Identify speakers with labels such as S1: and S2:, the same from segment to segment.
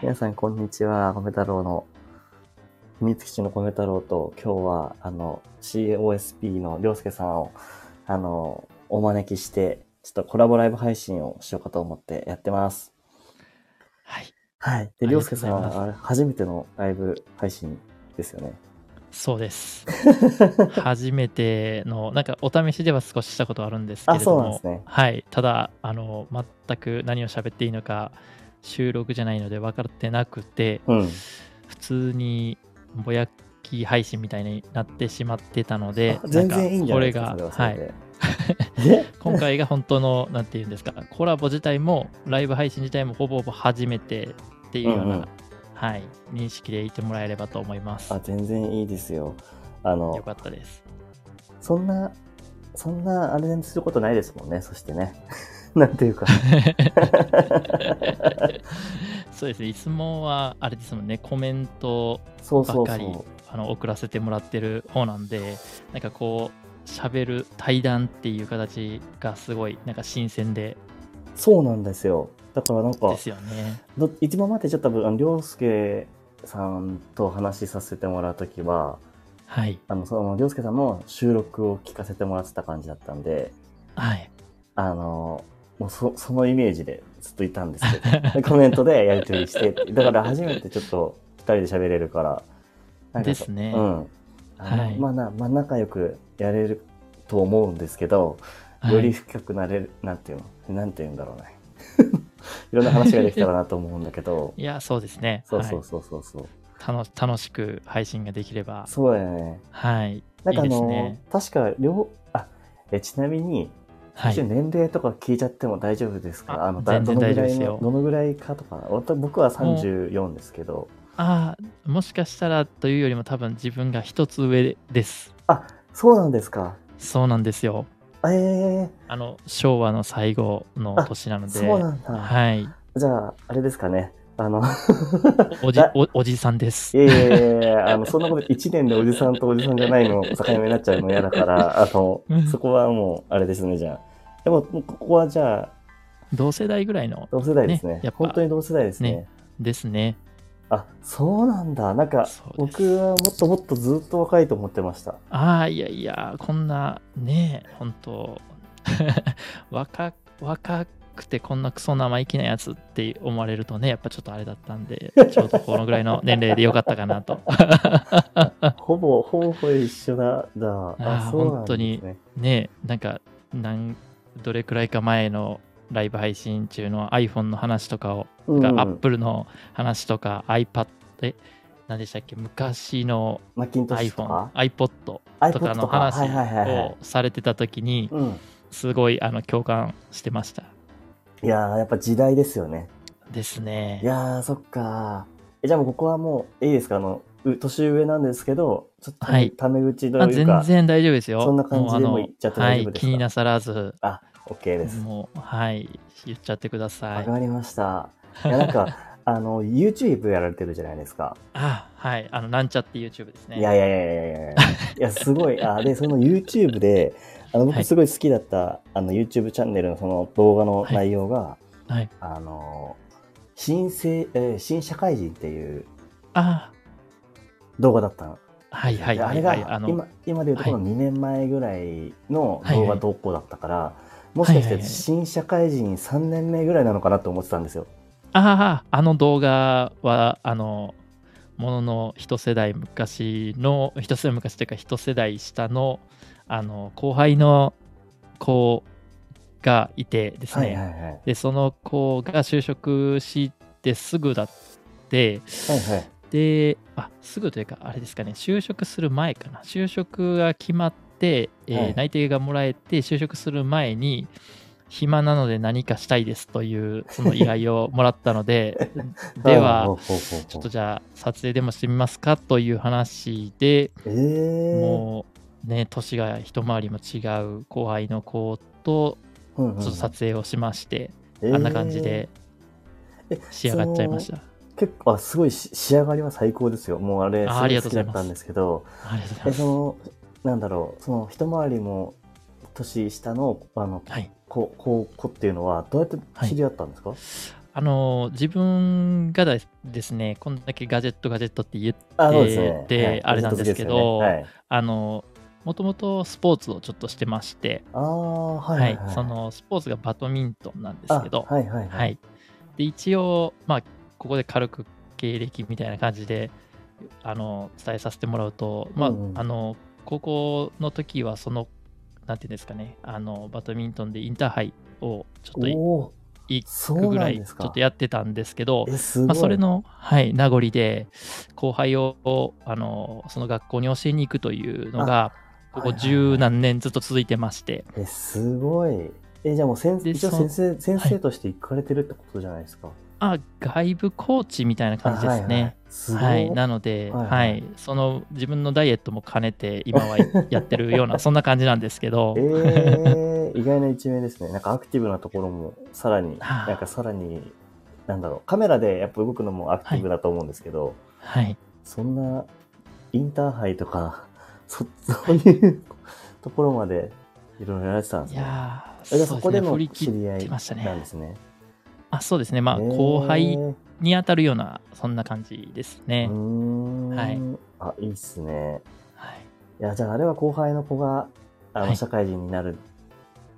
S1: 皆さん、こんにちは。米太郎の、秘密基地の米太郎と、今日は、あの、COSP の涼介さんを、あの、お招きして、ちょっとコラボライブ配信をしようかと思ってやってます。
S2: はい。
S1: はい。で、涼介さんは、あれ、初めてのライブ配信ですよね。
S2: そうです。初めての、なんかお試しでは少ししたことあるんですけれども、
S1: ね、
S2: はい。ただ、あの、全く何を喋っていいのか、収録じゃないので分かってなくて、
S1: うん、
S2: 普通にぼやき配信みたいになってしまってたので、
S1: 全然いいんじゃない
S2: ですか。これが、はい。 今回が本当の、なんていうんですか、コラボ自体も、ライブ配信自体もほぼほぼ初めてっていうような、うんうんはい、認識でいてもらえればと思います。
S1: あ、全然いいですよ。あの、
S2: よかったです。
S1: そんな、そんなあれにすることないですもんね、そしてね。 なんていうか
S2: そうですね、いつもは、あれですもんね、コメントばかりあの送らせてもらってる方なんで、なんかこう、喋る対談っていう形がすごい、なんか新鮮で。
S1: そうなんですよ。だからなんか、
S2: ですよね、
S1: 一番待ってちょっと多分、涼介さんと話させてもらうときは、
S2: はい。
S1: あの、その、涼介さんの収録を聞かせてもらってた感じだったんで、
S2: はい。
S1: あの、もうそそのイメージでずっといたんですけ ど、コメントでやり取りして、だから初めてちょっと2人で喋れるから、
S2: なんかですね。
S1: うん。あのはい、まあな、まあ、仲良くやれると思うんですけど、より深くなれる、はい、なんていうの、なんていうんだろうね。 いろんな話ができたらなと思うんだけ ど。
S2: いや、そうですね。
S1: そうそうそうそうそう、
S2: はい、楽しく配信ができれば。
S1: そうだよね。
S2: はい。
S1: なんかあの、いい
S2: ね、
S1: 確か、両、あ、え、ちなみに、はい、年齢とか聞いちゃっても大丈夫ですか、はい、あの
S2: 全然大丈夫です
S1: よどのぐらいかとか僕は34ですけど
S2: ああもしかしたらというよりも多分自分が一つ上です
S1: あそうなんですか
S2: そうなんですよ
S1: ええー、
S2: あの昭和の最後の年なので
S1: そうなんだ
S2: はい
S1: じゃああれですかねあの
S2: おじおおじさんです。
S1: いやいやいや、あのそんなこと1年でおじさんとおじさんじゃないの境目になっちゃうの嫌だから、あのそこはもうあれですね、じゃあ。でも、ここはじゃあ、
S2: 同世代ぐらいの、ね、
S1: 同世代ですね。やっぱ本当に同世代ですね。ね
S2: ですね。
S1: あそうなんだ。なんか、僕はもっともっとずっと若いと思ってました。
S2: ああ、いやいや、こんな、ねえ、本当 若若くてこんなクソ生意気なやつって思われるとね、やっぱちょっとあれだったんで、ちょうどこのぐらいの年齢でよかったかなと。
S1: ほぼ、ほぼ一緒だ。だあ
S2: あ、そうなん、ね、本当に、ねなんか、なんどれくらいか前のライブ配信中の iPhone の話とかを、うん、Apple の話とか iPad え何でしたっけ昔の iPhone、iPod とかの話をされてた時に、すごいあの共感してました。
S1: いややっぱ時代ですよね。
S2: ですね。
S1: いやそっかえ。じゃあもうここはもういいですかあの年上なんですけど、ちょっとタメ口というか、
S2: はい、全然大丈夫ですよ。
S1: そんな感じでも言っちゃって大丈夫です
S2: か、はい、気になさらず。
S1: あ、OK です。
S2: もう、はい、言っちゃってください。
S1: わかりました。 いや、なんか、あの、YouTube やられてるじゃないですか。
S2: あ、はい、あの、なんちゃって YouTube ですね。
S1: いやいやいやいやいやい や、すごい。あ、で、その YouTube で、あの、僕すごい好きだった、はい、あの、YouTube チャンネルのその動画の内容が、
S2: はい、
S1: あの、新生、えー、新社会人っていう、
S2: あ、
S1: 動画だったの。、
S2: はいはいはい
S1: はい、あれが今今でいうとこの2年前ぐらいの動画投稿だったから、はい、もしかして新社会人3年目ぐらいなのかなと思ってたんですよ。
S2: あああの動画はあのものの一世代昔の一世代昔というか一世代下のあの後輩の子がいてですね、
S1: はいはいはい、
S2: でその子が就職してすぐだって、
S1: はいはい、
S2: で、あ、すぐというか、あれですかね、就職する前かな。就職が決まって、えーはい、内定がもらえて、就職する前に、暇なので何かしたいですというその依頼をもらったの で、では、ちょっとじゃあ撮影でもしてみますかという話で、
S1: えー、
S2: もうね、年が一回りも違う後輩の子と、ちょっと撮影をしまして、うんうん、あんな感じで仕上がっちゃいました。えー
S1: 結構あすごい仕上がりは最高ですよもうあれすごい好きだったんですけど
S2: え
S1: そのなんだろうその一回りも年下のあの、
S2: はい、
S1: ここう子っていうのはどうやって知り合ったんですか、はい、
S2: あの自分がだですね、こんだけガジェットガジェットって言っ
S1: あ、そうです
S2: て
S1: ね。
S2: て、
S1: はい
S2: あれなんですけど、
S1: ガジェット好きですよね
S2: あのもともとスポーツをちょっとしてまして、
S1: はい、あー、
S2: は
S1: はい
S2: い、そのスポーツがバドミントンなんですけど、
S1: あはいはい
S2: は。い。で、一応、まあ、ここで軽く経歴みたいな感じで、あの、伝えさせてもらうと、まあ、
S1: うんうん
S2: あの、高校の時は、その、なんていうんですかね、あの、バドミントンでインターハイをちょっとい
S1: おお、
S2: い
S1: そう
S2: くぐ
S1: な
S2: ら
S1: ん
S2: い、
S1: で
S2: ち
S1: すか。
S2: ょっとやってたんですけど、
S1: え、すごい。
S2: まあ、それの、はい、名残で、後輩を、あの、その学校に教えに行くというのが、ここ十何年ずっと続いてまして、
S1: え、すごい。え、じゃあもう先
S2: で
S1: 一応
S2: そ
S1: 先生、先生として行かれてるってことじゃないですか。
S2: あ、外部コーチみたいな感じですね。
S1: あはいはい、すごい。
S2: はい、なので、
S1: は
S2: はいい
S1: はい
S2: その自分のダイエットも兼ねて今 はやってるようなそんな感じなんですけど、
S1: えー、意外な一面ですね。なんかアクティブなところも、さらに、
S2: はあ
S1: なんかさらに、なんだろう、カメラでやっぱ動くのもアクティブだと思うんですけど、
S2: はい、
S1: そんな、インターハイとか、そそういう ところまで、いろいろやられてたん
S2: い
S1: ですね。
S2: やー
S1: えじゃあ
S2: う
S1: そこで
S2: ね
S1: の
S2: 振り
S1: 知り
S2: 切
S1: 合
S2: って
S1: い
S2: ました
S1: なん
S2: ね
S1: ですね。
S2: あそうですねまあ
S1: えー
S2: 後輩
S1: う
S2: に当たるようなそんな感じです
S1: ー
S2: ね、
S1: ん。
S2: はい
S1: あ、いいっすね。
S2: はい、
S1: いや、じゃああれは後輩の子が、あの、
S2: はい
S1: 社会人になる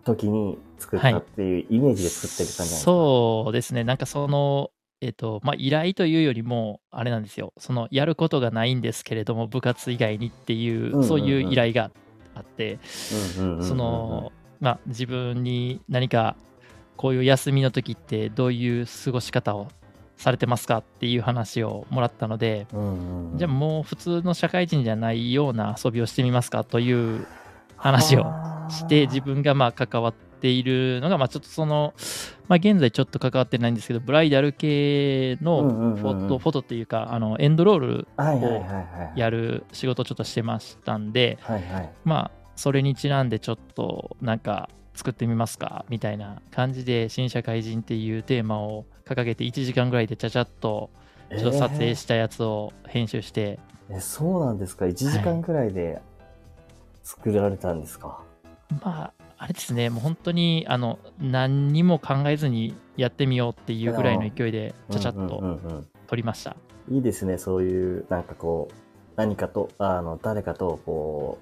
S1: 時に作ったっていうイメージで作ってる感じなんですか、
S2: そうですねなんかそのえっとまあ、依頼というよりも、あれなんですよ、そのやることがないんですけれども、部活以外にっていう、
S1: うんうんうん
S2: そういう依頼があって、
S1: うんうんうんうんうん
S2: その、まあ、自分に何かこういう休みの時ってどういう過ごし方をされてますかっていう話をもらったので、
S1: うんうん、
S2: じゃあもう普通の社会人じゃないような遊びをしてみますかという話をして自分がまあ関わっているのが、まあ、ちょっとその、まあ、現在ちょっと関わってないんですけどブライダル系
S1: うんうんうんう
S2: の
S1: ん
S2: フォト、フォトっていうかあのエンドロール
S1: はいはいはいはい。
S2: やる仕事をちょっとしてましたんで、
S1: はいはい。
S2: まあそれにちなんでちょっとなんか作ってみますかみたいな感じで新社会人っていうテーマを掲げて1時間ぐらいでちゃちゃっとちょっと撮影したやつを編集して、
S1: えーえそうなんですか。1時間くらいで作られたんですか。
S2: まああれですねもう本当にあの何にも考えずにやってみようっていうぐらいの勢いでちゃちゃっ
S1: うんう
S2: と
S1: んうん
S2: 撮りました、
S1: うんいいですね。そういう、なんかこう、何かと、あの、誰かと、こ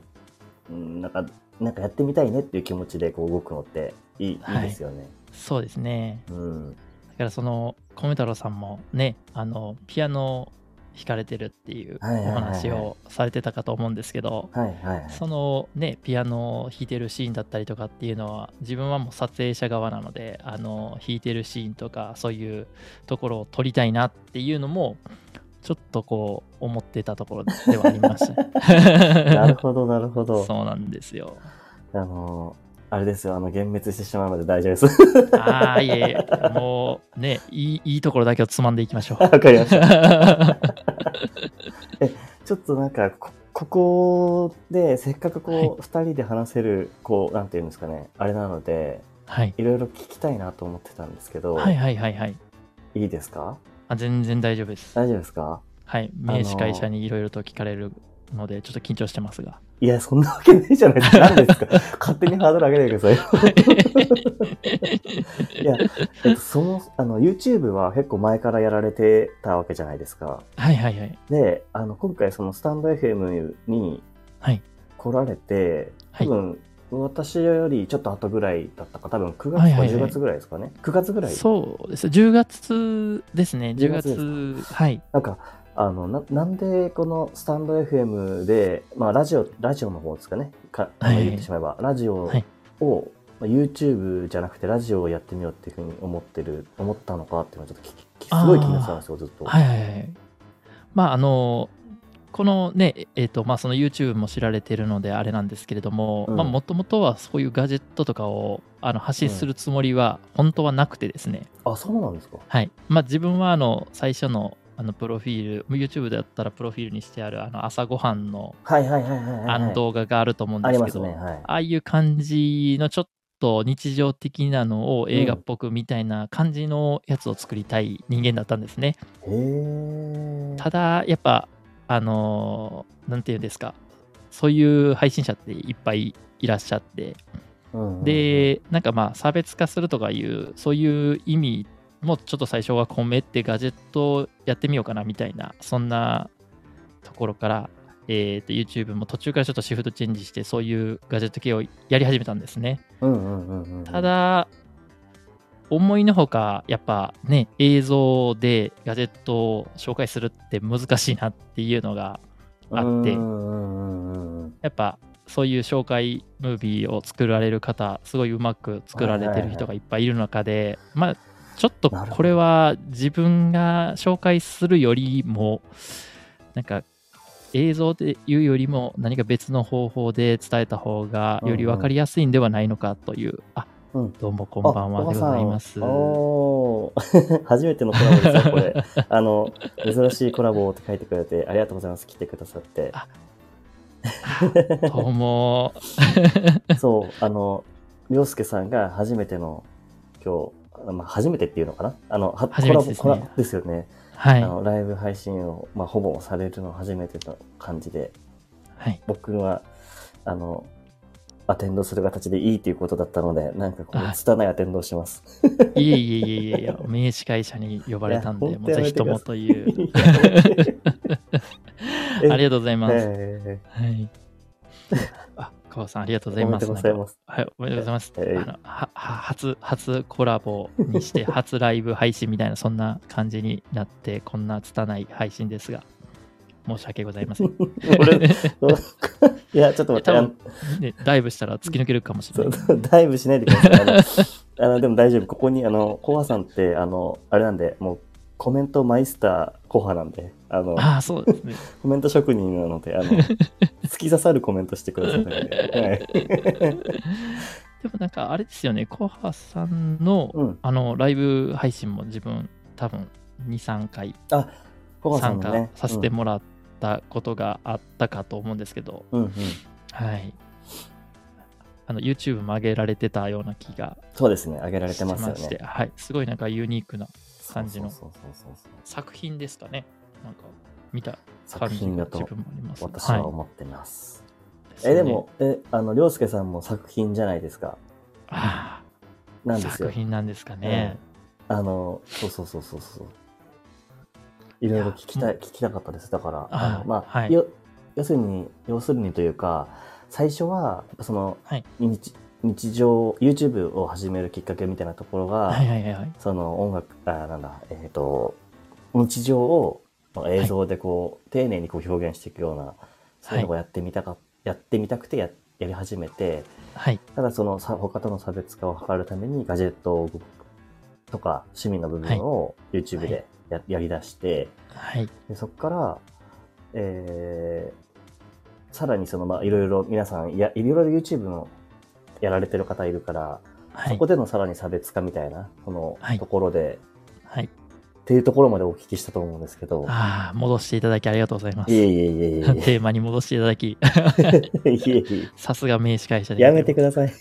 S1: う、うんなんか、なんかやってみたいねっていう気持ちでこう動くのっていい,、、
S2: はいい
S1: いですよね。
S2: そうですね
S1: うん。
S2: だからその米太郎さんもねあのピアノを弾かれてるっていうお
S1: はいはいはいはい
S2: 話をされてたかと思うんですけど、
S1: はいはいはい。
S2: そのねピアノを弾いてるシーンだったりとかっていうのは自分はもう撮影者側なのであの弾いてるシーンとかそういうところを撮りたいなっていうのもちょっとこう思ってたところではありま した
S1: なるほど、なるほど。
S2: そうなんですよ
S1: あのー、あれですよ、あの、幻滅してしまうので大丈夫です。
S2: ああいえいえもうねいいいいところだけをつまんでいき ましょう
S1: わかり ました。
S2: は
S1: ちょっとなんかこ、ここで、せっかくこう、二、人で話せる、こう、なんていうんですかね、あれなので、
S2: い
S1: いろいろ聞きたいなと思ってたんですけど、
S2: はいはいはいはい
S1: いいですか
S2: あ全然大丈夫です
S1: 大丈夫ですか
S2: はい名刺会社にいろいろと聞かれるのでちょっと緊張してますが
S1: いや、そんなわけないじゃないですか。何 ですか勝手にハードル上げないでくださ い。いや、えっと、その、あの、YouTube は結構前からやられてたわけじゃないですか。
S2: はいはいはい
S1: で、あの、今回そのスタンド FM に
S2: はい
S1: 来られて、
S2: は
S1: 多
S2: い
S1: 分、私よりちょっと後ぐらいだったか、多分9月か
S2: はいはいはい
S1: 10月ぐらいですかね。9月ぐらい。
S2: そうです10月ですね
S1: 10
S2: 10
S1: 月
S2: 月はい
S1: なんか、あのななんでこのスタンド FM で、まあ、ラジオラジオの方ですかねかあの
S2: はい
S1: 言ってしまえば、ラジオを、
S2: はい
S1: まあ YouTube じゃなくてラジオをやってみようっていうふうに思ってる思ったのかっていうのはちょっとききすごい気になってたんですよずっと。
S2: はいはいはいまああのこのねええっ、とまあその YouTube も知られてるのであれなんですけれども
S1: うん
S2: まあもともとはそういうガジェットとかをあの発信するつもりは本当はなくてですね、
S1: あそうなんですか。
S2: はいまあ自分はあの最初のあのプロフィール YouTube だったらプロフィールにしてあるあの朝ごはんの
S1: はいはいはいはい、はい。
S2: あの動画があると思うん
S1: あ
S2: で
S1: り
S2: す
S1: ま
S2: け
S1: す
S2: ど、
S1: ね。はい。
S2: ああいう感じのちょっと日常的なのを映画っぽくみたいな感じのやつを作りたい人間だったんですね。
S1: へえ。
S2: ただやっぱあのーなんていうんですかそういう配信者っていっぱいいらっしゃって
S1: うんうんうん、
S2: でなんかまあ差別化するとかいうそういう意味もうちょっと最初は米ってガジェットをやってみようかなみたいな、そんなところから、えーと、YouTube も途中からちょっとシフトチェンジして、そういうガジェット系をやり始めたんですね。ただ、思いのほか、やっぱね、映像でガジェットを紹介するって難しいなっていうのがあって、やっぱそういう紹介ムービーを作られる方、すごいうまく作られてる人がいっぱいいる中で、まあ、ちょっとこれは自分が紹介するよりも、なんか映像で言うよりも何か別の方法で伝えた方がより分かりやすいんではないのかという、あうん、どうもこんばんはでございます。
S1: お 初めてのコラボですよ、これ。あの、珍しいコラボって書いてくれて、ありがとうございます。来てくださって。
S2: どうも。
S1: そう、あの、涼介さんが初めての、今日、まあ、初めてっていうのかなあの、は
S2: 初めてです、ね、コラ
S1: ボですよね。
S2: はい。
S1: あのライブ配信を、まあ、ほぼされるの初めての感じで、
S2: はい、
S1: 僕は、あの、アテンドする形でいいということだったので、なんかこう、拙いアテンドをします。
S2: いえいえいえいえ、名司会者に呼ばれたんで、もうぜひともという。ありがとうござい ます。えー、はい。あ、川さん、ありがとうございます。
S1: おめでとうございます。
S2: はい、おめでとうございます。えー、あのはは初、初コラボに して、初ライブ配信みたいな、そんな感じになって、こんな拙い配信ですが。申し訳ございません。。
S1: いや、ちょっと待って。
S2: ね、ダイブしたら突き抜けるかもしれない
S1: ダイブしないでください。あのでも大丈夫。ここに、あの、コハさんって、あの、あれなんで、もう、コメントマイスターコハなんで、あの、
S2: あそうですね。
S1: コメント職人なの で、あの、突き刺さるコメントしてください、ね。はい。
S2: でもなんかあれですよね、コハさんの、うん、あの、ライブ配信も自分、多分、2、3回。
S1: あ、コハ
S2: さん、ね、参加させてもらって、うんたことがあったかと思うんですけど、
S1: うんうん、
S2: はいあの YouTube も上げられてたような気が
S1: そうですね上げられてますよね
S2: はい、すごいなんかユニークな感じの作品ですかねなんか見た
S1: 作品だと私は思ってます、はい、えでもえあの涼介さんも作品じゃないですか
S2: ああ作品なんですかね、
S1: うん、あのそうそうそうそうそういろいろ聞きたい、聞きたかったです。だから、あまあ、はい、要するに、要するにというか、最初は、その、
S2: はい、
S1: 日日常、YouTube を始めるきっかけみたいなところが、その音楽、あ、なんだ、えっ、ー、と、日常を映像でこう、はい、丁寧にこう表現していくような、そういうのをやってみたか、やってみたくてややり始めて、ただその他との差別化を図るためにガジェットとか趣味の部分を YouTube でや,、やりだして、
S2: はい、
S1: でそこから、えー、さらにその、まあ、いろいろ皆さんやいろいろ YouTube のやられてる方いるから、はい、そこでのさらに差別化みたいなそのところで、
S2: はい、はい、
S1: っていうところまでお聞きしたと思うんですけど
S2: ああ戻していただきありがとうございます
S1: いえいえいえいえ
S2: テーマに戻していただき さすが名司 会者
S1: でやめてください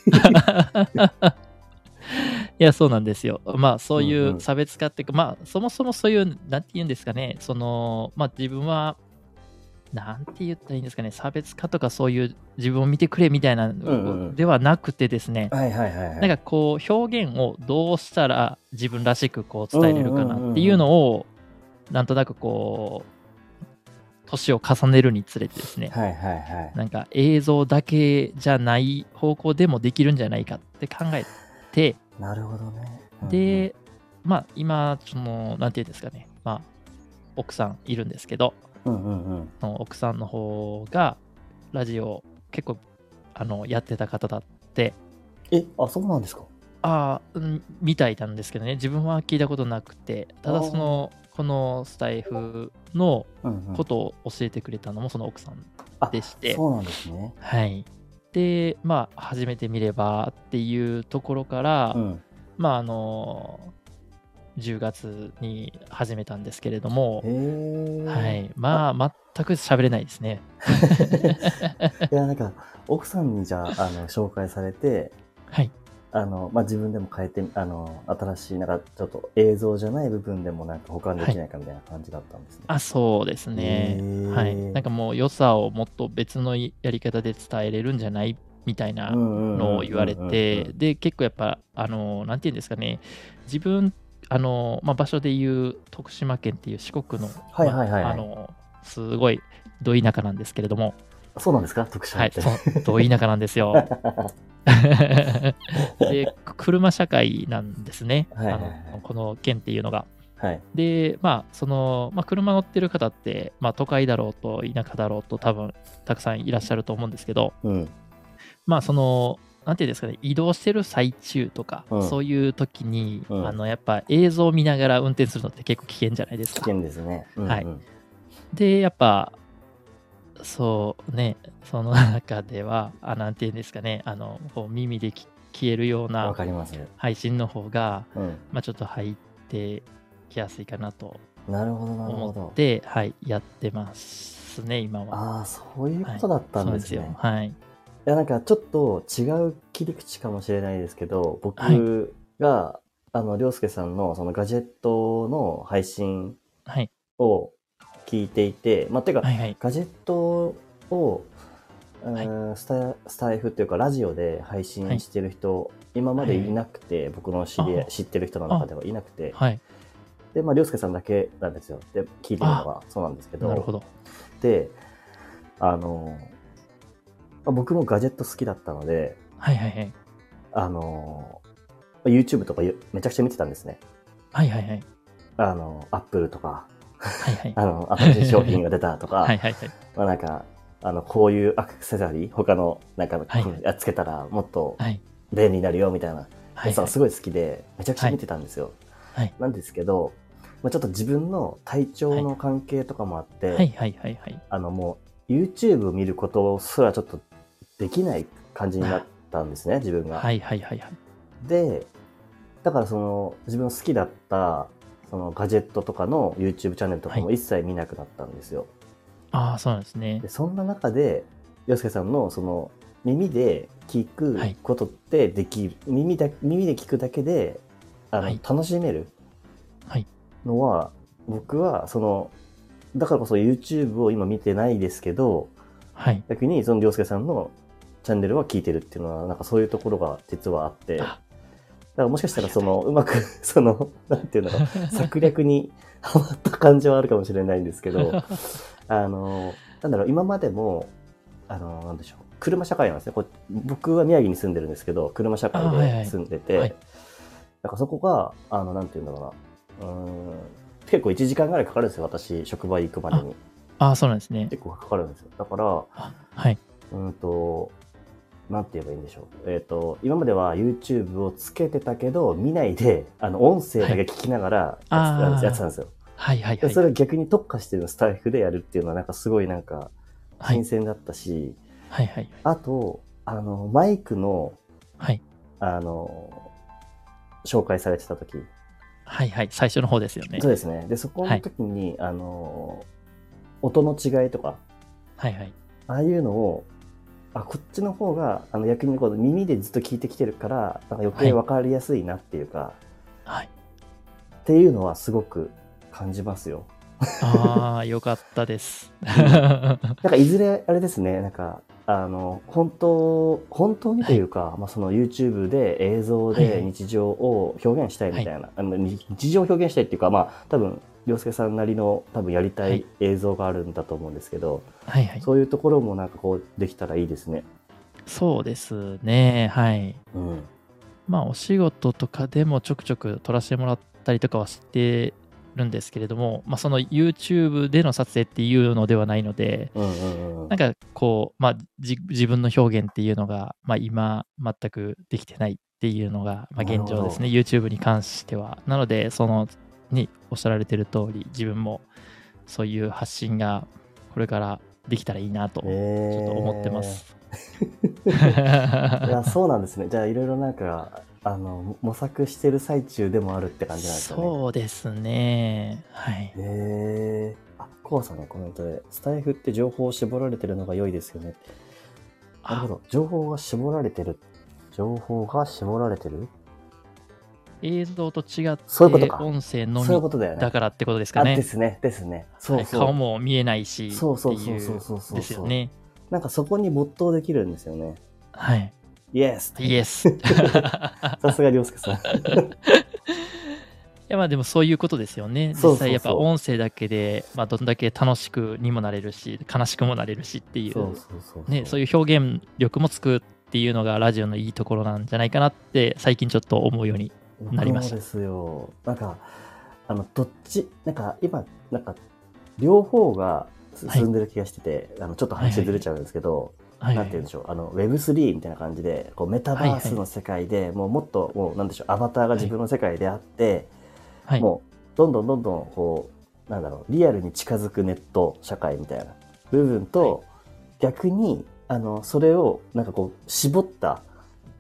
S2: いや、そうなんですよ。まあ、そういう差別化っていうか、うんうん、まあ、そもそもそういう、なんて言うんですかね、その、まあ、自分は、なんて言ったらいいんですかね、差別化とかそういう自分を見てくれみたいなではなくてですね、なんかこう、表現をどうしたら自分らしくこう伝えれるかなっていうのを、なんとなくこう、年を重ねるにつれてですね、なんか映像だけじゃない方向でもできるんじゃないかって考えて、
S1: なるほどね。
S2: うん、で、まあ今、その、なんていうんですかね、まあ、奥さんいるんですけど、奥さんの方がラジオ結構あのやってた方だって。
S1: え、あ、そうなんですか
S2: ああ、みたいなんですけどね、自分は聞いたことなくて、ただその、このスタイフのことを教えてくれたのもその奥さんでして。うん
S1: うん、そうなんですね。
S2: はい。でまあ始めてみればっていうところから、うん、まああの10月に始めたんですけれども、はい、まあ全く喋れないですね。
S1: いやなんか奥さんにじゃああの紹介されて、
S2: はい
S1: あのまあ、自分でも変えてあの新しいなんかちょっと映像じゃない部分でもなんか保管できないかみたいな感じだったんですね。
S2: はい、あそうですね、はい。なんかもう良さをもっと別のやり方で伝えれるんじゃないみたいなのを言われてで結構やっぱあのなんて言うんですかね自分あの、まあ、場所でいう徳島県っていう四国の、
S1: はいはいはいはい
S2: まああのすごいど田舎なんですけれども、
S1: そうなんですか徳島
S2: は
S1: っ
S2: い、
S1: て。
S2: そうど田舎なんです よ。で、車社会なんですね、
S1: はいはいはい
S2: あのこの県っていうのが。
S1: はい。
S2: で、まあ、その、まあ、車乗ってる方って、まあ、都会だろうと田舎だろうと多分たくさんいらっしゃると思うんですけど、
S1: うん。
S2: まあその、なんていうんですかね、移動してる最中とか、
S1: うん
S2: そういう時に、
S1: うん
S2: あのやっぱ映像を見ながら運転するのって結構危険じゃないです
S1: 危
S2: か。
S1: 険ですね。うんうん
S2: はいで、やっぱ、そうね、その中では、あなんていうんですかね、あのこう耳でき消えるよう
S1: わ
S2: な
S1: かります。
S2: 配信の方が、
S1: うん。
S2: まあ、ちょっと入ってきやすいかなと
S1: なるほど、なるほ
S2: 思
S1: ど
S2: っ。て、はい、やってますね、今は。
S1: ああ、そういうことだったんですね。
S2: はいい、そうなんですよ。
S1: や、なんかちょっと違う切り口かもしれないですけど、
S2: はい
S1: 僕が、あの、りょうすけさんのそのガジェットの配信
S2: はい、
S1: を聞いていて、まあ、てか、
S2: はい、はい、
S1: ガジェットを、う
S2: はい
S1: ーんスタスタイフっていうかラジオで配信してる人、今までいなくて、僕の知り合い
S2: あ
S1: 知ってる人の中ではいなくて
S2: はい、
S1: でまあ涼介さんだけなんですよで聞いてるのはそうなんですけど
S2: なるほど。
S1: であのまあ僕もガジェット好きだったので
S2: はい、はい、はい、
S1: あの YouTube とかよめちゃくちゃ見てたんですね
S2: はい、はい、はい、
S1: あの Apple とか
S2: はい、はい。
S1: あの新しい商品が出たとか
S2: はいはいはい。
S1: まあ、なんかあのこういうアクセサリー他のなんか、
S2: はい
S1: こうやっつけたらもっと
S2: はい。
S1: 便利になるよみたいな
S2: は
S1: や
S2: い
S1: つはすごい好きでめちゃくちゃ
S2: はい
S1: 見てたんですよ、
S2: はい
S1: なんですけど、まあ、ちょっと自分の体調の関係とかもあって、
S2: はいはいはいはい。
S1: あのもう YouTube を見ることすらちょっとできない感じになったんですね自分が、
S2: はいはいはいはい。
S1: でだからその自分の好きだったそのガジェットとかの YouTube チャンネルとかも
S2: は
S1: 一切見なくなったんですよ、
S2: ああ、そうなんですね
S1: で。そんな中で洋介さんのその耳で聞く
S2: はい
S1: ことってできる、耳だ耳で聞くだけであの、
S2: はい
S1: 楽しめる
S2: はい
S1: のは僕はそのだからこそ YouTube を今見てないですけど
S2: はい。
S1: 逆にその涼介さんのチャンネルは聞いてるっていうのはなんかそういうところが実はあってだか
S2: あ
S1: らもしかしたらそのうまく そのなんていうのか策略にハマった感じはあるかもしれないんですけど。 あの、なんだろう、今までも、あの、なんでしょう、車社会なんですね。こ僕は宮城に住んでるんですけど、車社会
S2: あはいは
S1: で
S2: い
S1: 住んでて、
S2: はい
S1: なんかそこが、あの、なんていうんだろうな、うーん、結構1時間ぐらいかかるんですよ、私、職場行くまでに。
S2: ああ、そうなんですね。
S1: 結構かかるんですよ。だから、
S2: あはい。
S1: うーんと、なんて言えばいいんでしょう。えっ、と、今までは YouTube をつけてたけど、見ないで、あの、音声だけ聞きながらやってたんです
S2: あー
S1: やってたんですよ。
S2: はいはい
S1: で
S2: はい
S1: そ。れを逆に特化してるスタイフでやるっていうのは、なんかすごいなんか、
S2: はい
S1: 新鮮だったし、
S2: はいはい。
S1: あとあのマイクの
S2: はい
S1: あの紹介されてた時、
S2: はいはい。最初の方ですよね
S1: そ。うですねでそこの時に、あの音の違いとか
S2: はいはい。
S1: ああいうのをあこっちの方があの逆にこう耳でずっと聞いてきてるからなんか余計分かりやすいなっていうか、
S2: はい。
S1: っていうのはすごく感じますよ
S2: ああ、よかったです。は
S1: なんかいずれあれですねなんかあの本当本当にというか、まあ、その YouTube で映像
S2: はいは
S1: で
S2: い
S1: 日常を表現したいみたいな、あのに日常を表現したいっていうかまあ多分涼介さんなりの多分やりた
S2: はいい
S1: 映像があるんだと思うんですけど、
S2: いはい。
S1: そういうところもなんかこうできたらいいですね。
S2: そうですね。はい。
S1: うん、
S2: まあ、お仕事とかでもちょくちょく撮らせてもらったりとかはしてるんですけれども、まあ、その YouTube での撮影っていうのではないので、
S1: うんうんうん
S2: なんかこう、まあ、じ自分の表現っていうのが、まあ、今全くできてないっていうのが、まあ、現状ですね YouTube に関してはなのでそのにおっしゃられてる通り自分もそういう発信がこれからできたらいいなとちょっと思ってま。
S1: えー
S2: す、
S1: い やそうなんですね。じゃあいろいろなんかあの模索してる最中でもあるって感じなんですかね。
S2: そうですねはい
S1: へえ。あ、コアさんのコメントで、スタイフって情報を絞られてるのが良いですよね。なるほど。情報が絞られてる。情報が絞られてる
S2: 映像と違って
S1: そういうことか
S2: 音声の
S1: そうい
S2: み
S1: うことだよね。
S2: だからってことです
S1: あ
S2: かね
S1: ですね。ですね。そうそう。
S2: はい顔も見えないしっていう
S1: そうそうそうそうそうそう
S2: ですよね
S1: なんかそこに没頭できるんですよね。
S2: はい
S1: イエス
S2: イエス
S1: さすが涼介さん。
S2: いやまあでもそういうことですよね。
S1: そうそうそう
S2: 実際やっぱ音声だけで、まあ、どんだけ楽しくにもなれるし、悲しくもなれるしっていう、
S1: そうそうそう
S2: ね、そう
S1: いう
S2: いう表現力もつくっていうのがラジオのいいところなんじゃないかなって最近ちょっと思うように。なりました
S1: 僕もですよなんかあのどっちなんか今なんか両方が進んでる気がしてて、あのちょっと話ずれちゃうんですけど、
S2: はい、
S1: なんて言うんでしょう、あの Web3 みたいな感じで、こうメタバースの世界で、もうもっと、もうなんでしょう、アバターが自分の世界であって、
S2: はい、
S1: もうどんどんどんどん、こう、なんだろう、リアルに近づくネット社会みたいな部分と、逆に、あの、それをなんかこう、絞った、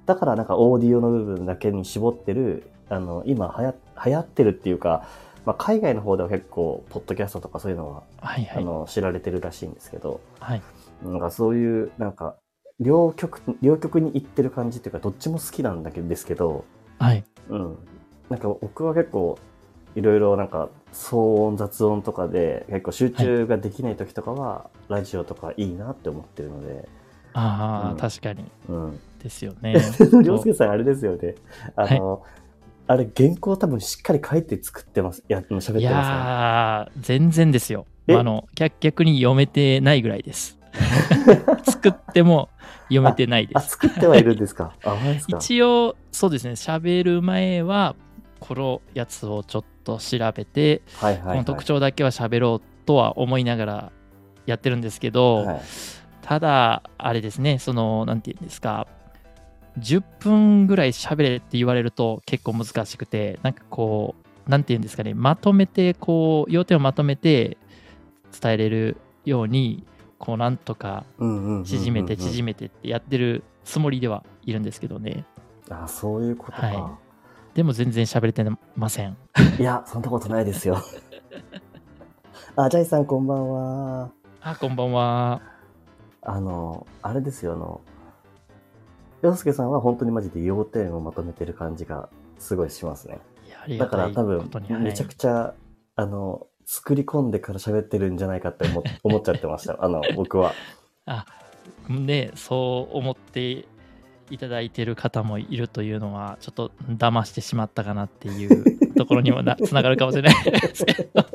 S1: だからなんかオーディオの部分だけに絞ってる、あの、今流行流行ってるっていうか、まあ、海外の方では結構、ポッドキャストとかそういうのは、
S2: はい、は
S1: あ
S2: い、
S1: の、知られてるらしいんですけど、
S2: はい。
S1: なんかそういう、なんか、両極、両極に行ってる感じっていうか、どっちも好きなんだけど、ですけど、
S2: はい。
S1: うん。なんか僕は結構、いろいろなんか、騒音、雑音とかで、結構集中ができない時とかは、ラジオとかいいなって思ってるので、
S2: ああ、
S1: うん
S2: 確かに。
S1: うん。
S2: ですよ ね。
S1: りょうすけさん、あれですよね。あの、あれ、原稿多分しっかり書いて作ってます。いや、喋ってます、ね。
S2: いやー、全然ですよ。
S1: え
S2: あの逆逆に読めてないぐらい です。作っても読めてないで
S1: あ、
S2: す。
S1: 作ってはいるんです か。あ、マジですか。
S2: 一応、そうですね、喋る前は、このやつをちょっと調べて、
S1: はいはい、はい。
S2: この特徴だけは喋ろうとは思いながらやってるんですけど、
S1: はい
S2: ただ、あれですね、その、なんていうんですか、10分ぐらい喋れって言われると結構難しくて、なんかこう、なんていうんですかね、まとめて、こう、要点をまとめて伝えれるように、こう、なんとか
S1: うんうんうんうんうん
S2: 縮めて縮めてってやってるつもりではいるんですけどね、
S1: あ、そういうことか。
S2: はでも全然喋れてません。
S1: いや、そんなことないです よ。あ、ジャイさんこんばんは。
S2: あ、こんばんは。
S1: あの、あれですよ、あの、洋介さんは本当にマジで要点をまとめてる感じがすごいしますね。
S2: いやあり
S1: だ
S2: が
S1: か
S2: た
S1: ら
S2: い
S1: 多
S2: こ
S1: 分
S2: とに、、
S1: めちゃくちゃ、あの、作り込んでから喋ってるんじゃないかって思 思っちゃってました。あの、僕は。
S2: はいね、そう思っていただいてる方もいるというのは、ちょっと騙してしまったかなって いうところにもなつながるかもしれないですけど、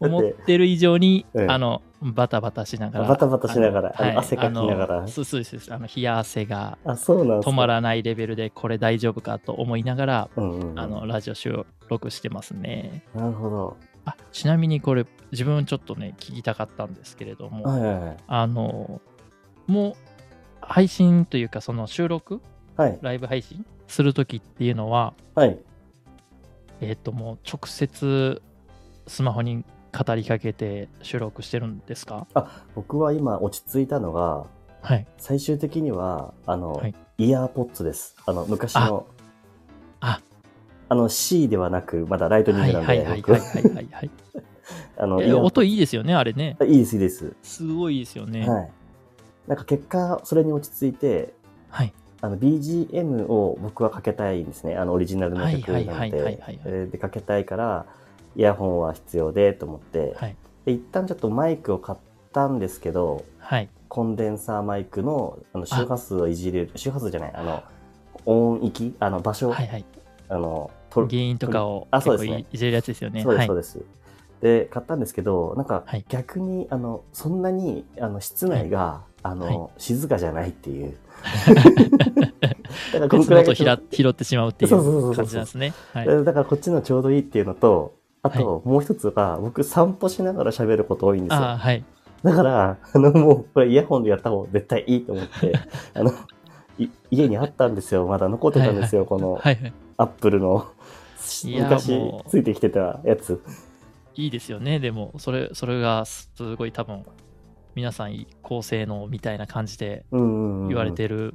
S2: 思ってる以上に、
S1: ええ
S2: あのバタバタしながら、
S1: バタバタしながら
S2: あの
S1: あの汗かきながら
S2: あのそうそうですあの冷や汗が
S1: あ、そうなんですか。
S2: 止まらないレベルで、これ大丈夫かと思いながら、
S1: うんうんうん
S2: あのラジオ収録してますね。
S1: なるほど。
S2: あちなみにこれ自分ちょっとね聞きたかったんですけれども、
S1: はいはいはい。
S2: あのもう配信というかその収録
S1: はい。
S2: ライブ配信する時っていうのは
S1: はい。
S2: えっ、ともう直接スマホに語りかけて収録してるんですか
S1: あ、僕は今落ち着いたのが、
S2: はい
S1: 最終的にはあの、
S2: はい
S1: イヤーポッツですあの昔の
S2: あ
S1: あの C ではなくまだライトニン
S2: は
S1: グ
S2: い
S1: なん
S2: はい
S1: で
S2: はい
S1: 僕
S2: はい
S1: は
S2: はいはいはい
S1: あの
S2: い
S1: イヤ
S2: や
S1: ー
S2: 音いいですよねあれね
S1: あいいですいいです、
S2: すごいですよね
S1: はいなんか結果それに落ち着いて
S2: はい
S1: あの BGM を僕はかけたいんですねあのオリジナルの曲な
S2: は
S1: の
S2: いはいはいはいはいはい
S1: でえーでかけたいからイヤホンは必要でと思って、
S2: はい
S1: で一旦ちょっとマイクを買ったんですけど
S2: はい
S1: コンデンサーマイクのあの周波数をいじれる周波数じゃないあの音域あの場所、
S2: はいはい
S1: あの、と
S2: 原因とかを
S1: あ
S2: 結
S1: そう
S2: 構
S1: ですね
S2: いじれるやつですよね
S1: そうです、
S2: はい
S1: そうです。で、買ったんですけど、なんか
S2: はい
S1: 逆に、あの、そんなに、あの、室内が、あの、静かじゃないって いう。だから、この
S2: 別の
S1: くらい
S2: 音
S1: が
S2: を拾拾ってしまうってい
S1: そうそうそう
S2: う
S1: そう
S2: 感じなんですねはい
S1: えだから、こっちのちょうどいいっていうのと、あと、もう一つが、僕、散歩しながら喋ること多いんです
S2: あー
S1: よ。
S2: はい
S1: だから、あの、もう、これイヤホンでやった方が絶対いいと 思って、あの、い家にあったんですよ。まだ残ってたんですよ。この、
S2: はいはい
S1: アップルの、
S2: いや
S1: 昔
S2: もう
S1: ついてきてたやつ。
S2: いいですよね、でも、それ、それがすごい多分、皆さんいい高性能みたいな感じで
S1: うんうんうんうん
S2: 言われてる、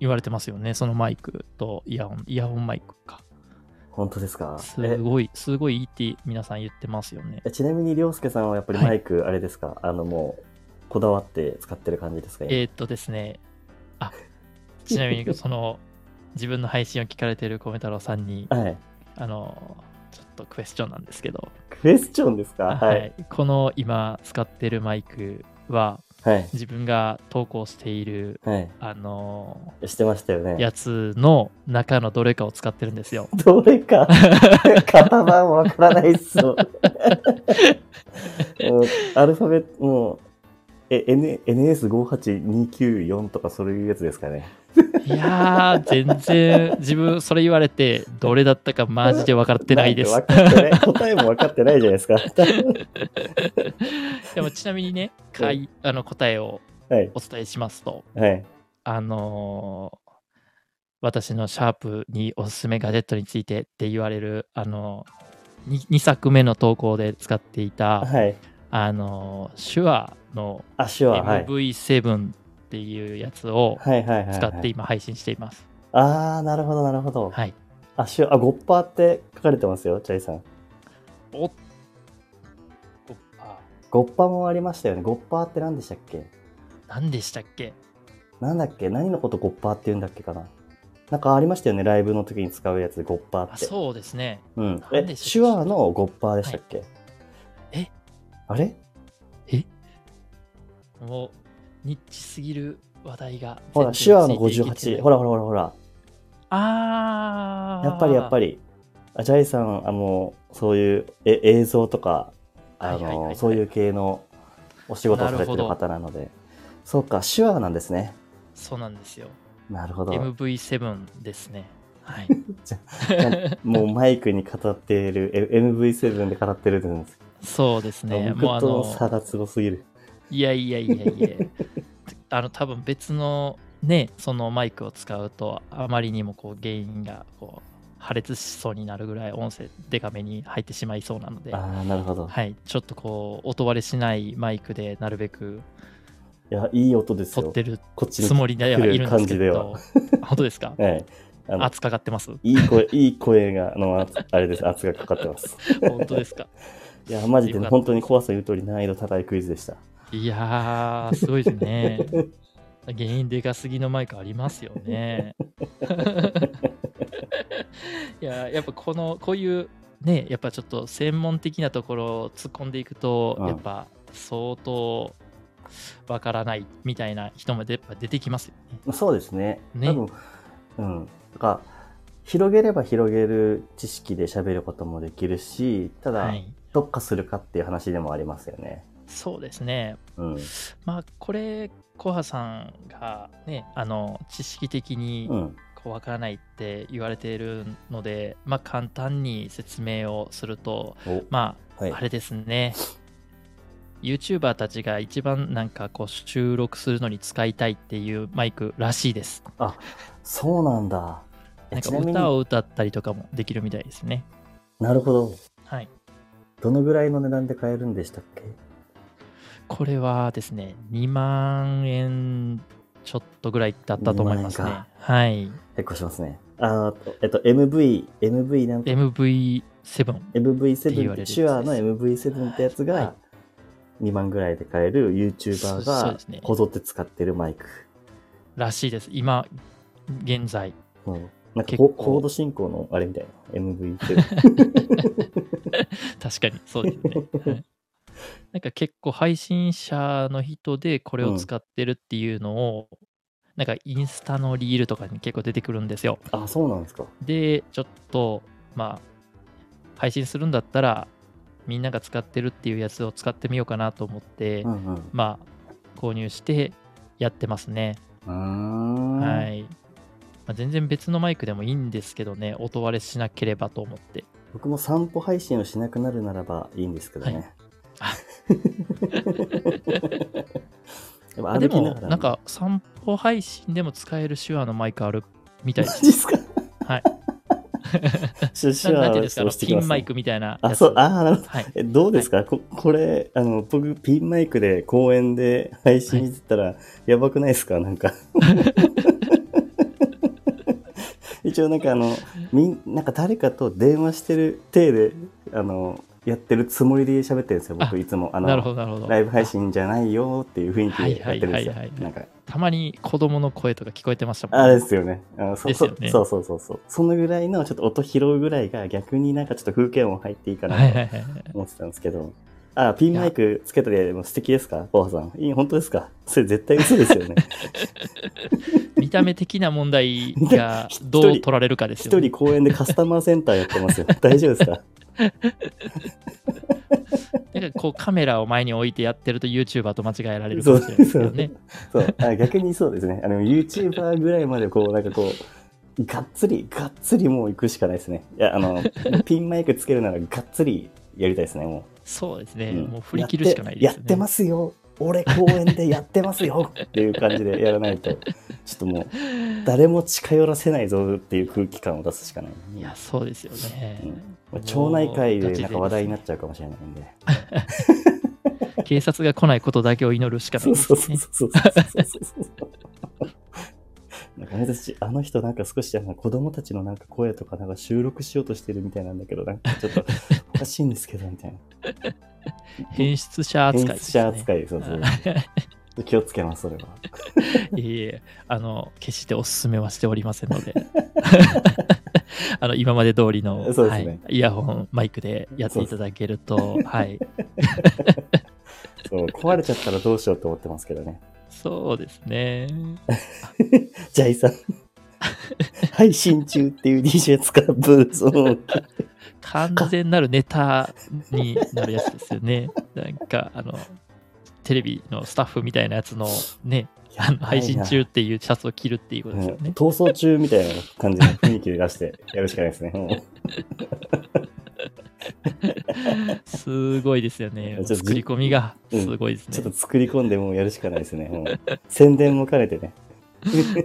S2: 言われてますよね、そのマイクとイヤホン、イヤホンマイクか。
S1: 本当ですか
S2: す
S1: え
S2: ごい、すごいいいって皆さん言ってますよね。
S1: えちなみに涼介さんはやっぱり
S2: はい
S1: マイクあれですか、あのもうこだわって使ってる感じですか、今
S2: えーっとですね、あちなみ に、その、自分の配信を聞かれてる米太郎さんに、
S1: はい
S2: あの、ちょっとクエスチョンなんですけど、
S1: クエスチョンですか
S2: あ
S1: はい、
S2: はいこの今使ってるマイクは、
S1: はい。
S2: 自分が投稿している、
S1: はい。
S2: あの
S1: してましたよね。
S2: ーやつの中のどれかを使ってるんです よ。
S1: どれ か、型番わからないっすよ。もうアルファベット、もう、え、N、NS58294 とかそういうやつですかね。
S2: いやー、全然自分それ言われて、どれだったかマジで分かってないです。
S1: んて分かってない。答えも分かってないじゃないですか。
S2: でもちなみにね、かいあの答えを
S1: はい。
S2: お伝えしますと、
S1: はい。
S2: あのー私のシャープにおすすめガジェットについてって言われる、あのー、2, 作目の投稿で使っていた、
S1: はい。
S2: あのー、手話の
S1: 足は、はい。
S2: MV7 っていうやつを
S1: はいはいはい、はい。
S2: 使って今配信しています。
S1: あー、なるほど、なるほど。
S2: はい。
S1: 足は、あ、ゴッパーって書かれてますよ、チャイさん。
S2: おっおっあ
S1: ゴッパーもありましたよね。ゴッパーって何でしたっけ
S2: 何でしたっけ
S1: なんだっけ何のことゴッパーって言うんだっけかななんかありましたよねライブの時に使うやつゴッパー
S2: あ
S1: って
S2: そうですね。
S1: う、ん、
S2: なん
S1: え
S2: でし
S1: 手
S2: たっけ
S1: 話のゴッパーでしたっけ、
S2: え
S1: あれ
S2: もう、ニッチすぎる話題が。
S1: ほら手話の
S2: 58
S1: 58ほらほらほらほら
S2: あー。
S1: やっぱりやっぱりあジャイさんあのそういうえ映像とかあ
S2: はいはいはいは
S1: の
S2: い
S1: そういう系のお仕事をされてる方なのでそうか手話なんですね
S2: そうなんですよ。
S1: なるほど
S2: MV7 ですね。はい。
S1: もうマイクに語っているえ MV7 で語ってるんです
S2: そうです
S1: け
S2: ね。
S1: ど
S2: もうあ
S1: 僕との差
S2: の、
S1: がすごすぎる
S2: いやいやいやいや。 あの、多分別のね、そのマイクを使うと、あまりにもこう原因がこう破裂しそうになるぐらい音声デカめに入ってしまいそうなので、
S1: ああなるほど
S2: はい。ちょっとこう、音割れしないマイクでなるべく
S1: いや、いい音です
S2: 撮
S1: よ
S2: っ。てる
S1: こっち
S2: つもりではいるんですけど
S1: 来、
S2: 本当ですか
S1: はい。 あの
S2: 圧かかってます
S1: いい声、 いい声が、あの、ああれです、圧がかかっ てます。
S2: 本当ですか
S1: いや、マジで
S2: よか
S1: ね
S2: った
S1: 本当に怖さ言う通り難易度高いクイズでした。
S2: いやー、すごいですね。原因でかすぎのマイクありますよ ね。いやー、やっぱこの、こういう、ね、やっぱちょっと専門的なところを突っ込んでいくと、
S1: うん
S2: やっぱ相当わからないみたいな人もやっぱ出てきますよね。
S1: そうですね。
S2: ね
S1: 多分、うん。だから、広げれば広げる知識で喋ることもできるし、ただ、
S2: はい。
S1: どっかするかっていう話でもありますよね。
S2: そうですね。
S1: うん。
S2: まあ、これ、コハさんがね、あの、知識的に
S1: うん。
S2: こうわからないって言われているので、まあ、簡単に説明をすると、
S1: お
S2: まあ、
S1: はい
S2: あれですね、YouTuber たちが一番なんかこう収録するのに使いたいっていうマイクらしいです。
S1: そうなんだ。え
S2: なんか
S1: ちなみに
S2: 歌を歌ったりとかもできるみたいですね。
S1: なるほど。
S2: はい。
S1: どのぐらいの値段で買えるんでしたっけ
S2: これはですね、2万円ちょっとぐらいだったと思います
S1: 2万
S2: ね
S1: 円か。
S2: はい。
S1: 結構しますね。あーえっと、MV、MV な
S2: MV7。
S1: ん
S2: って言
S1: MV7
S2: われる
S1: って
S2: やつ
S1: 手話の MV7 ってや
S2: は
S1: つ
S2: い
S1: が2万ぐらいで買える
S2: そそ
S1: YouTuber
S2: う
S1: が
S2: ですね
S1: こぞって使ってるマイク。
S2: らしいです。今、現在。
S1: うん、なんか
S2: 結
S1: コ
S2: 構
S1: コード進行のあれみたい な MV7。
S2: 確かにそうです ね。はいなんか結構配信者の人でこれを使ってるっていうのを、なんかインスタのリールとかに結構出てくるんですよ。
S1: あ、そうなんですか。
S2: で、ちょっとまあ配信するんだったらみんなが使ってるっていうやつを使ってみようかなと思って、
S1: うんうん。う
S2: まあ購入してやってますね。
S1: ーん
S2: はい。まあ、全然別のマイクでもいいんですけどね、音割れしなければと思って。
S1: 僕も散歩配信をしなくなるならばいいんですけどね。
S2: はいあ
S1: やっぱ
S2: あで
S1: 歩き
S2: も
S1: ながら、
S2: なんか散歩配信でも使える手話のマイクあるみたい
S1: マ
S2: で す。
S1: ジですか
S2: はい。
S1: シュシ
S2: な
S1: ュ
S2: なん
S1: ア
S2: ていう
S1: ー
S2: んで
S1: を
S2: すか、あの
S1: 押し
S2: ピ
S1: てきま
S2: ン
S1: す
S2: マ
S1: ね
S2: イクみたいなやつ。
S1: あ、そう、ああ、なるほど。
S2: はい。
S1: えどうですか、ここれあの僕ピンマイクで公園で配信してたら、やばくないですかな んか一応なんかあのみんなんか誰かと電話してる体であのやってるつもりで喋ってるんですよ僕
S2: あ
S1: いつもあ
S2: なる
S1: の
S2: ほど、なるほど。
S1: ライブ配信じゃないよっていう雰囲気
S2: はい
S1: でやっ
S2: はい
S1: てるんですよ
S2: はいはい
S1: なんか
S2: あたまに子供の声とか聞こえてましたもん
S1: あれですよねあのそ
S2: ですよね
S1: そうそうそうそうそのぐらいのちょっと音拾うぐらいが逆になんかちょっと風景音入っていいかな
S2: はい
S1: と
S2: はいはいはい。
S1: 思ってたんですけど、あ、ピンマイクつけたりも素敵ですかコハさん。いい、本当ですかそれ絶対嘘です よね。
S2: 見た目的な問題 がどう取られるかです
S1: 一
S2: よ、ね
S1: 人。公園でカスタマーセンターやってますよ。大丈夫ですか
S2: なんかこうカメラを前に置いてやってると YouTuber と間違えられるか
S1: そ
S2: も
S1: う
S2: しれないですけどね。
S1: そうあ逆にそうですねあの YouTuber ぐらいまでこうなんかこうがっつりがっつりもう行くしかないですねいや あのピンマイクつけるならがっつりやりたいですねも
S2: そうです
S1: う、
S2: ね。
S1: うん
S2: もう振り切るしかないですよね。
S1: やってやってますよ俺公園でやってますよっていう感じでやらないとちょっともう誰も近寄らせないぞっていう空気感を出すしかない
S2: いや、そうですよね。
S1: うん町内会でなんか話題になっ
S2: も
S1: ちゃうかもしれないんで
S2: うガチで警察が来ないことだけを祈るしかない
S1: そう
S2: で
S1: そ
S2: す
S1: う
S2: ね。
S1: そうそうそうそうそうなんかあれだしあの人なんか少しなんか子供たちのなんか声とかなんか収録しようとしてるみたいなんだけどなんかちょっとおかしいんですけどみたいな
S2: 変質者扱いで
S1: 演出
S2: すね、
S1: 者扱いそうそう気をつけますそれは
S2: いえいえ、あの、決してお勧めはしておりませんの で。あの今まで通りの、
S1: そうで
S2: は
S1: すね
S2: い、イヤホン、マイクでやっていただける と、はい、
S1: そう壊れちゃったらどうしようと思ってますけどね
S2: そうですね。
S1: ジャイさん配信中っていう DJ 使うブーツを
S2: 完全なるネタになるやつですよね。なんか、あの、テレビのスタッフみたいなやつのね、あの配信中っていうシャツを着るっていうこと
S1: う
S2: です
S1: ん
S2: よね。
S1: 逃走中みたいな感じの雰囲気で出してやるしかないですねもう
S2: すごいですよね
S1: ちょっ。と
S2: 作り込みが
S1: うん
S2: すごいです
S1: ちょっ
S2: ね
S1: と。作り込んでもうやるしかないですね。もう宣伝も兼ねてね。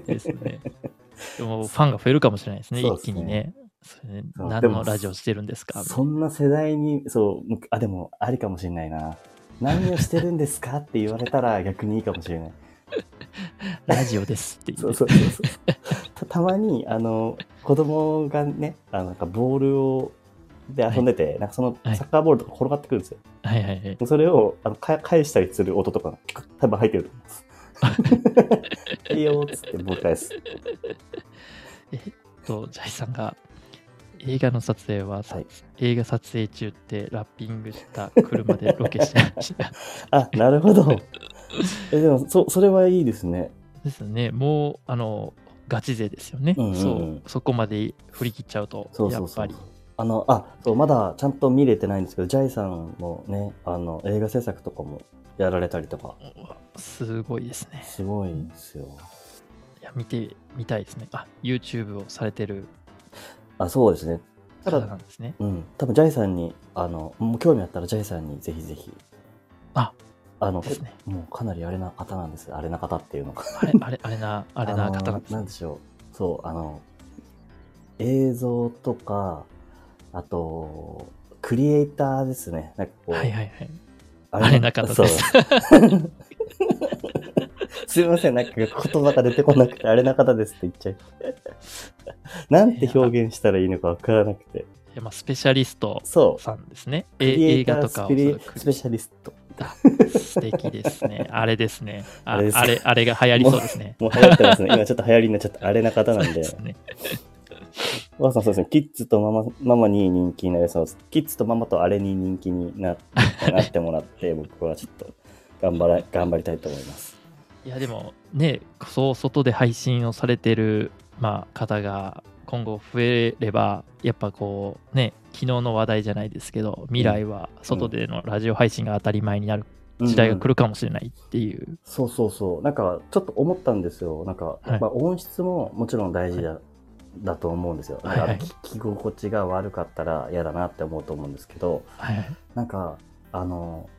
S2: ですね。でもファンが増えるかもしれないですね、
S1: そう
S2: 一
S1: ですね
S2: 気にね。それね
S1: そう
S2: 何
S1: でも
S2: のラジオしてるんですか
S1: そんな世代に、そう、むあ、でもありかもしれないな。何をしてるんですかって言われたら逆にいいかもしれない。
S2: ラジオですって
S1: そ
S2: 言っ
S1: う
S2: て。
S1: そうそうそう た。たまに、あの、子供がね、あのなんかボールを、で遊んでて、なんかそのサ
S2: はい
S1: ッカーボールとか転がってくるんですよ。
S2: はいはいはい。
S1: それをあのか返したりする音とか、ピクッ多分入ってると思います。 いいよーっつってボール返す。
S2: と、ジャイさんが映画の撮影はさ、
S1: はい
S2: 映画撮影中ってラッピングした車でロケしてま した。
S1: あ、なるほど。え、でも、そ、それはいいですね。
S2: ですよね。もう、あの、ガチ勢ですよね。
S1: うんうんうん
S2: そうそこまで振り切っちゃうと、
S1: そう
S2: や
S1: そう
S2: っ
S1: そ
S2: ぱ
S1: う
S2: り。。
S1: あの、あ、そう、まだちゃんと見れてないんですけど、ジャイさんもね、あの、映画制作とかもやられたりとか、
S2: すごいですね。
S1: すごいんですよ。
S2: いや、見てみたいですね。あ、YouTube をされてる
S1: あ、そうですね。た
S2: 方な
S1: だ、
S2: んですね。
S1: うん、多分ジャイさんに、あの、もう興味あったらジャイさんにぜひぜひ。
S2: あ、
S1: あの、
S2: ですね
S1: もうかなりあれな方なんです。あれな方っていうのか。
S2: あれ、あれ、あれな、あれな方なん
S1: の
S2: です
S1: な
S2: ね
S1: んでしょう。そう、あの、映像とか、あと、クリエイターですね。なんかこう、
S2: はいはいはい。
S1: あ
S2: あれなかったです
S1: そう すいません、なんか言葉が出てこなくて、あれな方ですって言っちゃう。なんて表現したらいいのかわからなくて。
S2: いやまあ、スペシャリスト
S1: そう。
S2: さんですね。
S1: ク
S2: え
S1: リエ
S2: 映
S1: イタ
S2: 画
S1: ー
S2: と
S1: ス
S2: かを
S1: ピ
S2: す
S1: リ
S2: る
S1: スペシャリスト。
S2: あ素敵です ね。あれですね。あ
S1: あ
S2: あ
S1: れで
S2: れ
S1: す
S2: あれ、が流行りそうですね。
S1: もう流行ってますね。今ちょっと流行りになっちゃった。あれな方なん
S2: そう
S1: で
S2: で。 すね
S1: お母さんそうですね。キッズとママママに人気になりそうです。キッズとママとあれに人気にななってもら って、僕はちょっと頑張ら頑張りたいと思います。
S2: いや、でもね、そう外で配信をされてる、まあ、方が今後増えれば、やっぱこうね、昨日の話題じゃないですけど、未来は外でのラジオ配信が当たり前になる時代が来るかもしれないっていう。
S1: そうそうそう。なんか、ちょっと思ったんですよ。なんか、
S2: い
S1: やっぱ音質ももちろん大事だ,、だと思うんですよ。なんか
S2: はいはい
S1: 聞き 心地が悪かったら嫌だなって思うと思うんですけど、
S2: はいはい
S1: なんか、あの、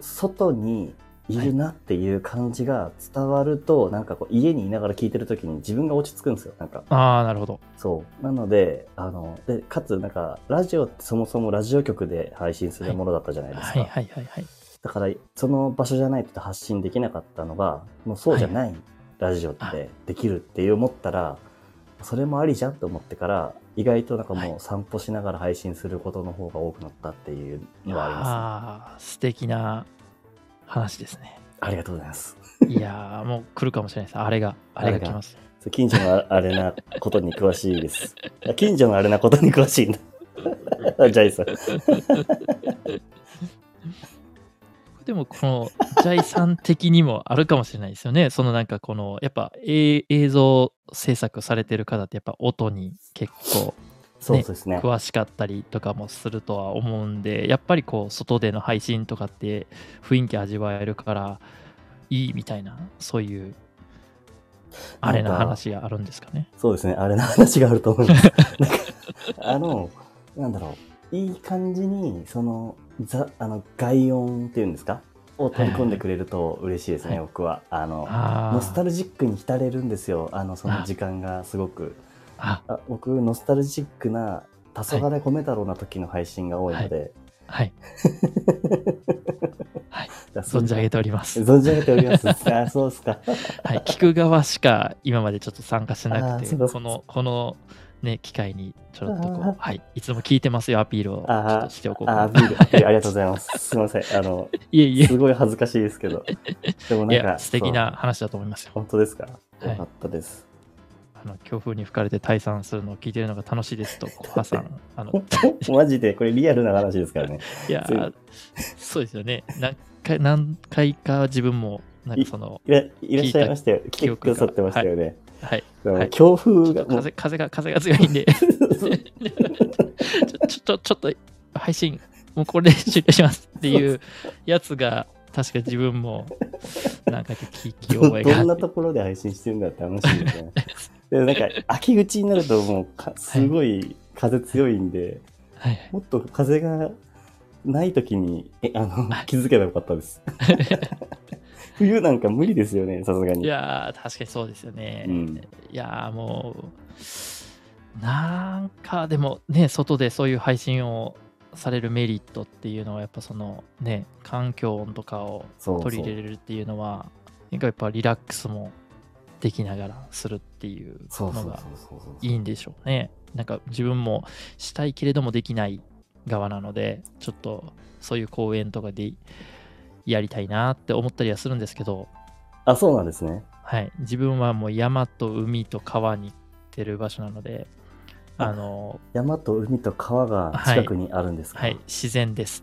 S1: 外にいるなっていう感じが伝わると、なんかこう、家にいながら聞いてるときに自分が落ち着くんですよ。なんか、
S2: ああ、なるほど。
S1: そう。なので、あの、で、かつ、なんか、ラジオってそもそもラジオ局で配信するものだったじゃないです
S2: はい
S1: か。
S2: はいはいはい。
S1: だからその場所じゃないと発信できなかったのがもうそうじゃないラジオっ
S2: あ
S1: てできるって思ったら、それもありじゃんと思ってから意外となんかもう散歩しながら配信することの方が多くなったっていうのはありま
S2: ああ、素敵な話ですね。
S1: す、ね、ありがとうございます
S2: いやー、もう来るかもしれないです。あれが、あれが来ます。
S1: そう近所のあれなことに詳しいです いや近所のあれ なことに詳しいんだジャイさん
S2: でもこのジャイさん的にもあるかもしれないですよね。 そのなんかこのやっぱ、え映像制作されてる方ってやっぱ音に結構、
S1: そうですね。
S2: 詳しかったりとかもするとは思うんでやっぱりこう外での配信とかって雰囲気味わえるからいいみたいなそういうあれな話があるんですかね。
S1: そうですね。あれな話があると思います。 なんかあのなんだろういい感じにそのざあの外音っていうんですかを取り込んでくれると嬉しいですね、
S2: はいはい
S1: 僕はあの
S2: あー
S1: ノスタルジックに浸れるんですよあのその時間がすごく
S2: あ
S1: あ僕ノスタルジックな「黄昏米太郎」な時の配信が多いので、
S2: はいはい
S1: だからそう
S2: 存じ上げております。
S1: 存じ上げており ますあそうですか
S2: はい、聞く側しか今までちょっと参加してなく
S1: あー
S2: て、
S1: そうだ
S2: この、このね、機会にちょろっとこ
S1: あー
S2: う、はい、いつも聞いてますよ、アピールをちょ
S1: あー
S2: っとしておこうか
S1: あ
S2: な。
S1: アピールアピールありがとうございますすいませんあの
S2: いえいえ、
S1: すごい恥ずかしいですけどで
S2: い
S1: もなんか
S2: や、素敵な話だと思います
S1: そう
S2: よ。
S1: 本当ですか
S2: はい
S1: よかったです、
S2: あの強風に吹かれて退散するのを聞いてるのが楽しい ですと、コハさん。あの
S1: マジでこれリアルな話ですからね
S2: いや
S1: そう
S2: ー、そうですよね。何回何回か自分も、なんかその、
S1: いらいらっしゃいましたよ来て
S2: 記
S1: く
S2: 憶
S1: だ
S2: が
S1: さってましたよね、
S2: はい、
S1: でも
S2: はい
S1: 強風
S2: ちょ
S1: が
S2: っと
S1: もう
S2: 風風が風が強いんで、ちょ ちょっと、ちょっと配信、もうこれで終了しますっていうやつが、確か自分もなんか聞き
S1: ど
S2: 覚えがあ
S1: ど
S2: っ
S1: ん
S2: て
S1: なところで配信してるんだって話ですよね。でなんか秋口になるともうかすごい風強いんで、
S2: はいはい
S1: もっと風がない時にえあの
S2: はい
S1: 気づけばよかっ たです。冬なんか無理ですよねさすが
S2: い
S1: に。
S2: やー、確かにそうですよね。
S1: うん
S2: いやー、もう、なんかでもね、外でそういう配信をされるメリットっていうのは、やっぱそのね、環境音とかを
S1: そうそう
S2: 取り入れれるっていうのは、なんかやっぱリラックスもできながらするっていう
S1: そう
S2: の
S1: そうそう
S2: が
S1: そうそう
S2: いいんでしょうね。なんか自分もしたいけれどもできない側なので、ちょっとそういう公演とかでやりたいなって思ったりはするんですけど、
S1: あそうなんですね。
S2: はい、自分はもう山と海と川に行ってる場所なので、あの、
S1: 山と海と川が近くにあるんですか、
S2: はい、自然です。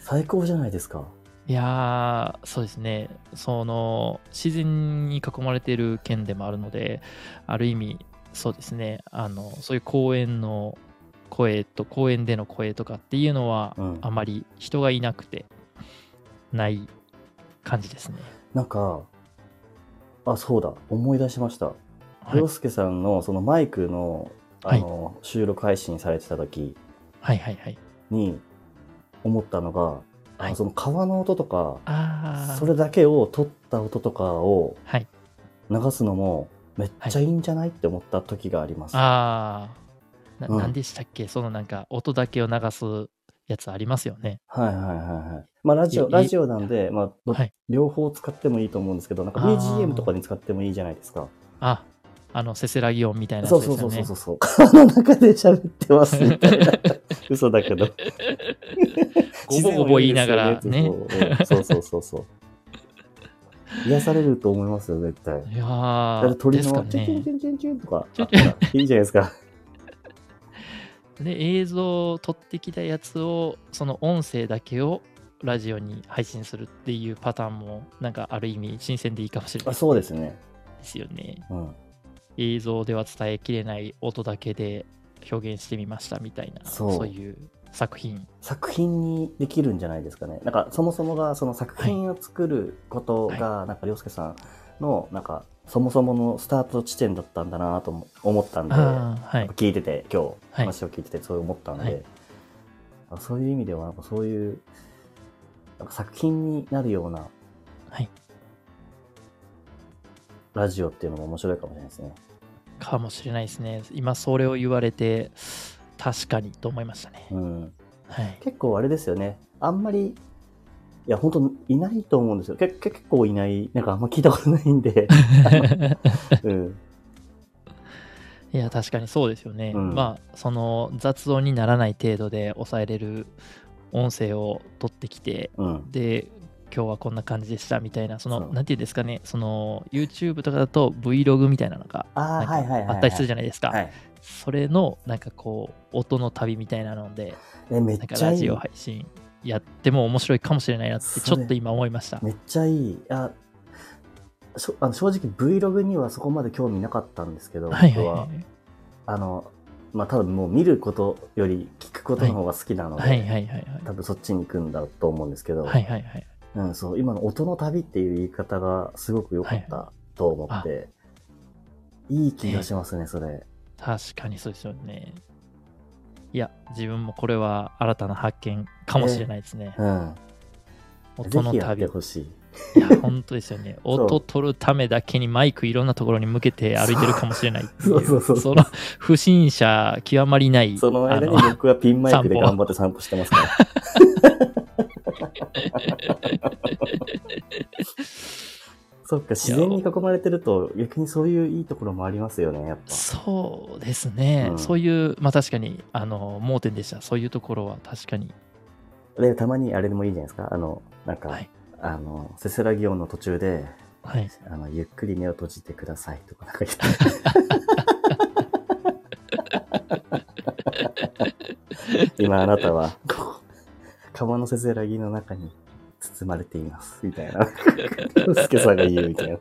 S1: 最高じゃないですか。
S2: いやー、そうですね、その自然に囲まれている県でもあるので、ある意味、そうですね、あのそういう公園の声と公園での声とかっていうのは、
S1: うん
S2: あまり人がいなくて、ない感じですね。
S1: なんかあそうだ思い出しました。
S2: はい
S1: 洋、介さんのそのマイクのあの、収録配信されてた時
S2: はい、はい、はい。
S1: に思ったのが、あの
S2: はい
S1: その川の音とか
S2: あ
S1: そ
S2: ー、
S1: れだけを取った音とかを
S2: はい。
S1: 流すのもめっちゃいいんじゃない、って思った時があります。
S2: あー、な
S1: うん
S2: なんでしたっけ、そのなんか音だけを流すやつありますよね。
S1: はいはいはいはい。まあラジオ
S2: い
S1: ラジオなんで、まあど
S2: はい。
S1: 両方使ってもいいと思うんですけど、なんか
S2: あー
S1: BGM とかに使ってもいいじゃないですか。
S2: あ、あの、せせらぎ音みたいなやつ
S1: そう
S2: です
S1: そうそ
S2: よ
S1: う
S2: ね。
S1: そうそう。 川の中で喋っ てますみたいな。嘘だけど。
S2: ごぼごぼ言いながらね。
S1: そうそうそうそう。癒されると思いますよ、絶対。
S2: いや
S1: だっ
S2: ー、
S1: て鳥
S2: です
S1: の
S2: か
S1: チュンチュン
S2: ね
S1: チ。ュンチュンチュンとかあったらいいじゃないですか。
S2: で、映像を撮ってきたやつを、その音声だけをラジオに配信するっていうパターンも、なんかある意味、新鮮でいいかもしれな
S1: あ
S2: い
S1: そうですね。
S2: ですよね。
S1: うん。
S2: 映像では伝えきれない音だけで表現してみましたみたいな、
S1: そう
S2: そういう作品。
S1: 作品にできるんじゃないですかね。なんかそもそもがその作品を作ることが、なんか涼介さんのなんかそもそものスタート地点だったんだなとも思ったんで、
S2: ああ、はい。
S1: 聞いてて今日
S2: はい
S1: 話を聞いててそう思ったんで、
S2: はい
S1: あそういう意味ではなんかそういうなんか作品になるような
S2: はい
S1: ラジオっていうのも面白いかもしれないですね。
S2: かもしれないですね。今、それを言われて、確かにと思いましたね。
S1: うん、
S2: はい。
S1: 結構あれですよねあんまりいや本当いないと思うんですよけけ結構いないなんかあんま聞いたことない んで、うん、
S2: いや、確かにそうですよね。
S1: うん
S2: まあ、その雑音にならない程度で抑えれる音声を取ってきて、
S1: うん、
S2: で、今日はこんな感じでしたみたいな、その、
S1: そう
S2: なんていうんですかね、その YouTube とかだと Vlog みたいなのが
S1: あ
S2: な
S1: あ
S2: んか
S1: はいはいはい、はい、
S2: あったりするじゃないですか。
S1: はい
S2: それの、なんかこう、音の旅みたいなので、
S1: えめっ
S2: なんか
S1: ちゃ
S2: ラ
S1: いい
S2: ジオ配信やっても面白いかもしれないなってちょっと今思いました。
S1: めっちゃいい。あしょあの正直 Vlog にはそこまで興味なかったんですけど、
S2: はいはい
S1: 僕
S2: は
S1: は。あの、まあ、多分もう見ることより聞くことの方が好きなの
S2: い。
S1: で、
S2: はいはいはいはい。
S1: 多分そっちに行くんだと思うんですけど、
S2: はいはいはい。
S1: うん、そう今の音の旅っていう言い方がすごく良かったと思って、い、い気がしますね、それ。
S2: 確かにそうですよね。いや、自分もこれは新たな発見かもしれないですね。
S1: うん。ぜ
S2: 音の
S1: ひやっ
S2: 旅。
S1: て
S2: い
S1: ほしい。
S2: や、本当ですよ ね。
S1: う
S2: 音取るためだけにマイクいろんなところに向けて歩いてるかもしれないってい
S1: そうそうそう
S2: その不審者極まりない。
S1: その
S2: あ
S1: 間に
S2: の
S1: 僕はピンマイクで
S2: 散歩
S1: 頑張って散歩してます から。そっか、自然に囲まれてると逆にそういういいところもありますよね、やっぱ。
S2: そうですね、
S1: うん
S2: そういう、まあ確かに、あの、盲点でした。そういうところは確かに。
S1: で、たまにあれでもいいじゃないですか。あの、なんか、
S2: はい
S1: あの、せせらぎ音の途中で、
S2: はい。
S1: あの、ゆっくり目を閉じてくださいとかなんか言って。 今あなたは、こう、釜のせせらぎの中に包まれています、みたいな。すけさんが言うみたいな。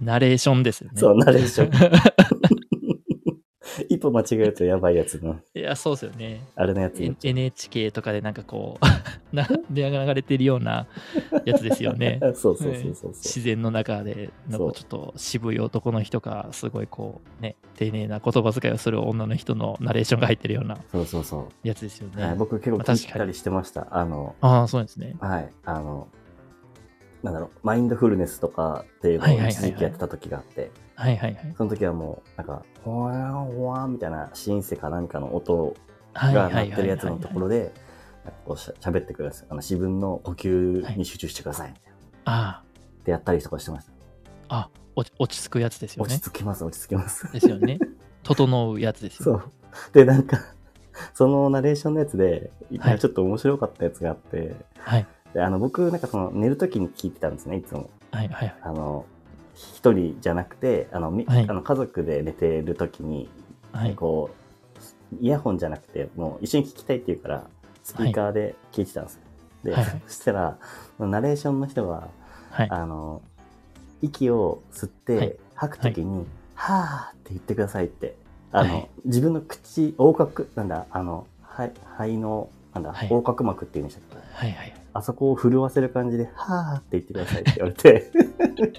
S2: ナレーションですよね。
S1: そう、ナレ ーション。一歩間違えるとやばいやつの、
S2: いや、そうですよね。
S1: あれのやつになっちゃ
S2: NHK とかでなんかこう、 な流れてるようなやつですよ ね。
S1: う。そうそうそうそうそ
S2: 自然の中で、なん
S1: そう
S2: かちょっと渋い男の人が、すごいこう、ね、丁寧な言葉遣いをする女の人のナレーションが入ってるような
S1: う。そうそうそ
S2: やつですよ
S1: う。はい、
S2: ね。
S1: 僕結構
S2: まあ確
S1: 聞
S2: か
S1: い
S2: に
S1: たりしてました。あの、
S2: ああ、そうですね。
S1: はい、あの、なんだろう、マインドフルネスとかっていう
S2: は
S1: の
S2: い
S1: を
S2: はいはいはい
S1: 一時期やってた時があって、
S2: はいはいはい。
S1: その時はもう、なんか、ほわーんほわーんみたいなシンセかなんかの音
S2: はいは
S1: が
S2: いはい
S1: 鳴って
S2: は
S1: る
S2: い
S1: やつのところで、なんかこうしゃ喋ってください。あの自分の呼吸に集中してください。って
S2: あ
S1: やったりとかしてました。
S2: あ、あ、落ち落ち着くやつですよ
S1: 落
S2: ね
S1: ち。着きます、落ち着きます。
S2: ですよ ね。整うやつです
S1: そ
S2: よ、ね。
S1: う。で、なんか、そのナレーションのやつで、
S2: はい
S1: ちょっと面白かったやつがあって、
S2: はい。
S1: であの僕、なんかその寝るときに聞いてたんですね、いつも。
S2: はいはいはい。
S1: あの一人じゃなくてあの、み
S2: はい
S1: あの家族で寝てる時に、
S2: はい、
S1: こうイヤホンじゃなくてもう一緒に聞きたいっていうからスピーカーで聞いてたんですよ。で、
S2: はいはい
S1: そしたらナレーションの人が
S2: はい。
S1: あの息を吸って、
S2: はい
S1: 吐く時に「はあ」って言ってくださいってあの、
S2: はい
S1: 自分の口横隔なんだあの肺肺のなんだ、
S2: はい
S1: 横隔膜っていうんでしたっけ
S2: はいはい。
S1: あそこを震わせる感じで、はーって言ってく ださいって言われて、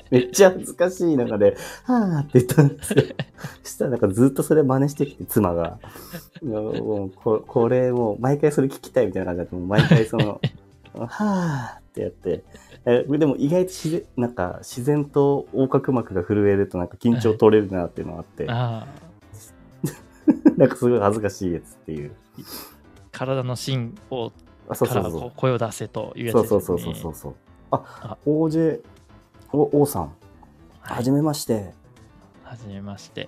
S1: めっちゃ恥ずかしい中で、はーって言ったん ですよ。そしたらなんかずっとそれ真似してきて、妻が。いやもうここれもう毎回それ聞きたいみたいな感じだって、もう毎回 その、はーってやって。えでも意外と自然、なんか自然と横隔膜が震えるとなんか緊張取れるなっていうのがあって、
S2: ああ、
S1: なんかすごい恥ずかしいやつっていう。
S2: 体の芯を
S1: あ、そう
S2: か
S1: そ
S2: ら
S1: うそう
S2: こ。う声を出せというやつ
S1: そ
S2: で
S1: う
S2: す
S1: そ
S2: よ
S1: う
S2: ね。
S1: そうそうそうそう。あ
S2: あ、
S1: OJ、お、王さん、
S2: は
S1: はいじめまして。
S2: はじめまして。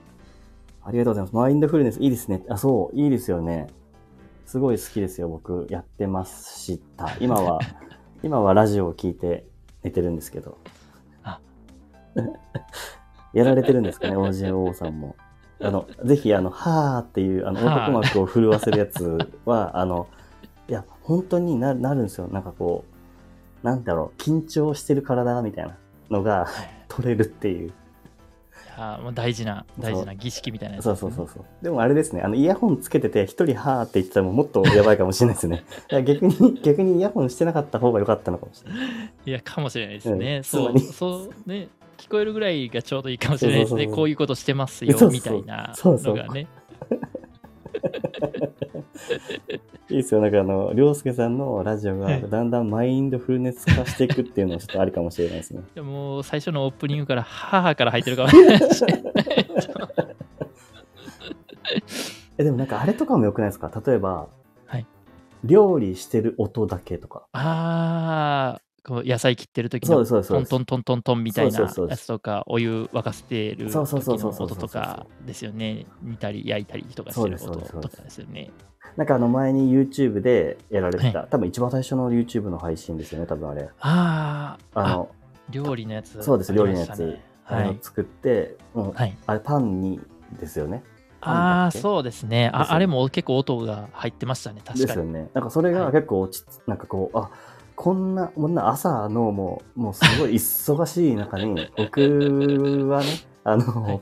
S1: ありがとうございます。マインドフルネス、いいですね。あ、そう、いいですよね。すごい好きですよ、僕。やってました。今は、 今はラジオを聞いて寝てるんですけど
S2: あ。
S1: やられてるんですかね、OJ 王さんも。あの、ぜひ、あの、はーっていう、あの、
S2: はー
S1: 横隔膜を震わせるやつは、あの、いや、本当にななるんですよ。なんかこう、なんだろう、緊張してる体みたいなの
S2: は
S1: が
S2: い、
S1: 取れるっていう。
S2: いやーもう大事な、大事な儀式みたいなやつ
S1: そ
S2: で
S1: う
S2: す
S1: そ
S2: ね、
S1: うそうそう。でもあれですね、あのイヤホンつけてて、一人はーって言ってたらもうもっとやばいかもしれないですね。 いや逆に、逆にイヤホンしてなかった方が良かったのかもしれない。
S2: いや、かもしれないですね。
S1: うん
S2: そ
S1: つま
S2: う、
S1: り
S2: そうね。聞こえるぐらいがちょうどいいかもしれないです
S1: そうそ
S2: ね。
S1: うそう
S2: こういうことしてますよ
S1: そうそう
S2: みたいな
S1: そうそ
S2: の
S1: う
S2: がね。
S1: いいですよ、なんかあの、りょうすけさんのラジオ
S2: は
S1: が
S2: い
S1: だんだんマインドフルネス化していくっていうのはちょっとありかもしれないですね。
S2: でもう最初のオープニングから母から入ってる かもしれないし。
S1: え、でもなんかあれとかも良くないですか例えば、
S2: はい
S1: 料理してる音だけとか。
S2: ああ、こう野菜切ってる時
S1: そうで
S2: の
S1: すそうです
S2: ト
S1: そう
S2: ン
S1: です
S2: トントントントンみたいな
S1: そうですそうで
S2: や
S1: す
S2: つとか、お湯沸かせてる時
S1: そうそうそうそ
S2: の
S1: うそう
S2: 音とかですよね。煮たり焼いたりとかしてる
S1: そう
S2: 音
S1: ですそうです
S2: とかですよね。
S1: なんかあの前に YouTube でやられてた、多分一番最初の YouTube の配信ですよね、多分あれ。
S2: あー
S1: あ
S2: あ、
S1: の、
S2: 料理のやつ、
S1: そうです
S2: ありましたね
S1: 料理のやつ
S2: は
S1: あれを
S2: い。
S1: 作って、もう
S2: はい。
S1: あれパンにですよね。
S2: ああ、そうですね。
S1: です
S2: あ
S1: よ
S2: あれも結構音が入ってましたね、確
S1: です
S2: か
S1: よ
S2: に。
S1: ね。なんかそれが結構落ち、なんかこう、あこんな、こんな朝のもう、もうすごい忙しい中に、 僕はね、あの、
S2: はい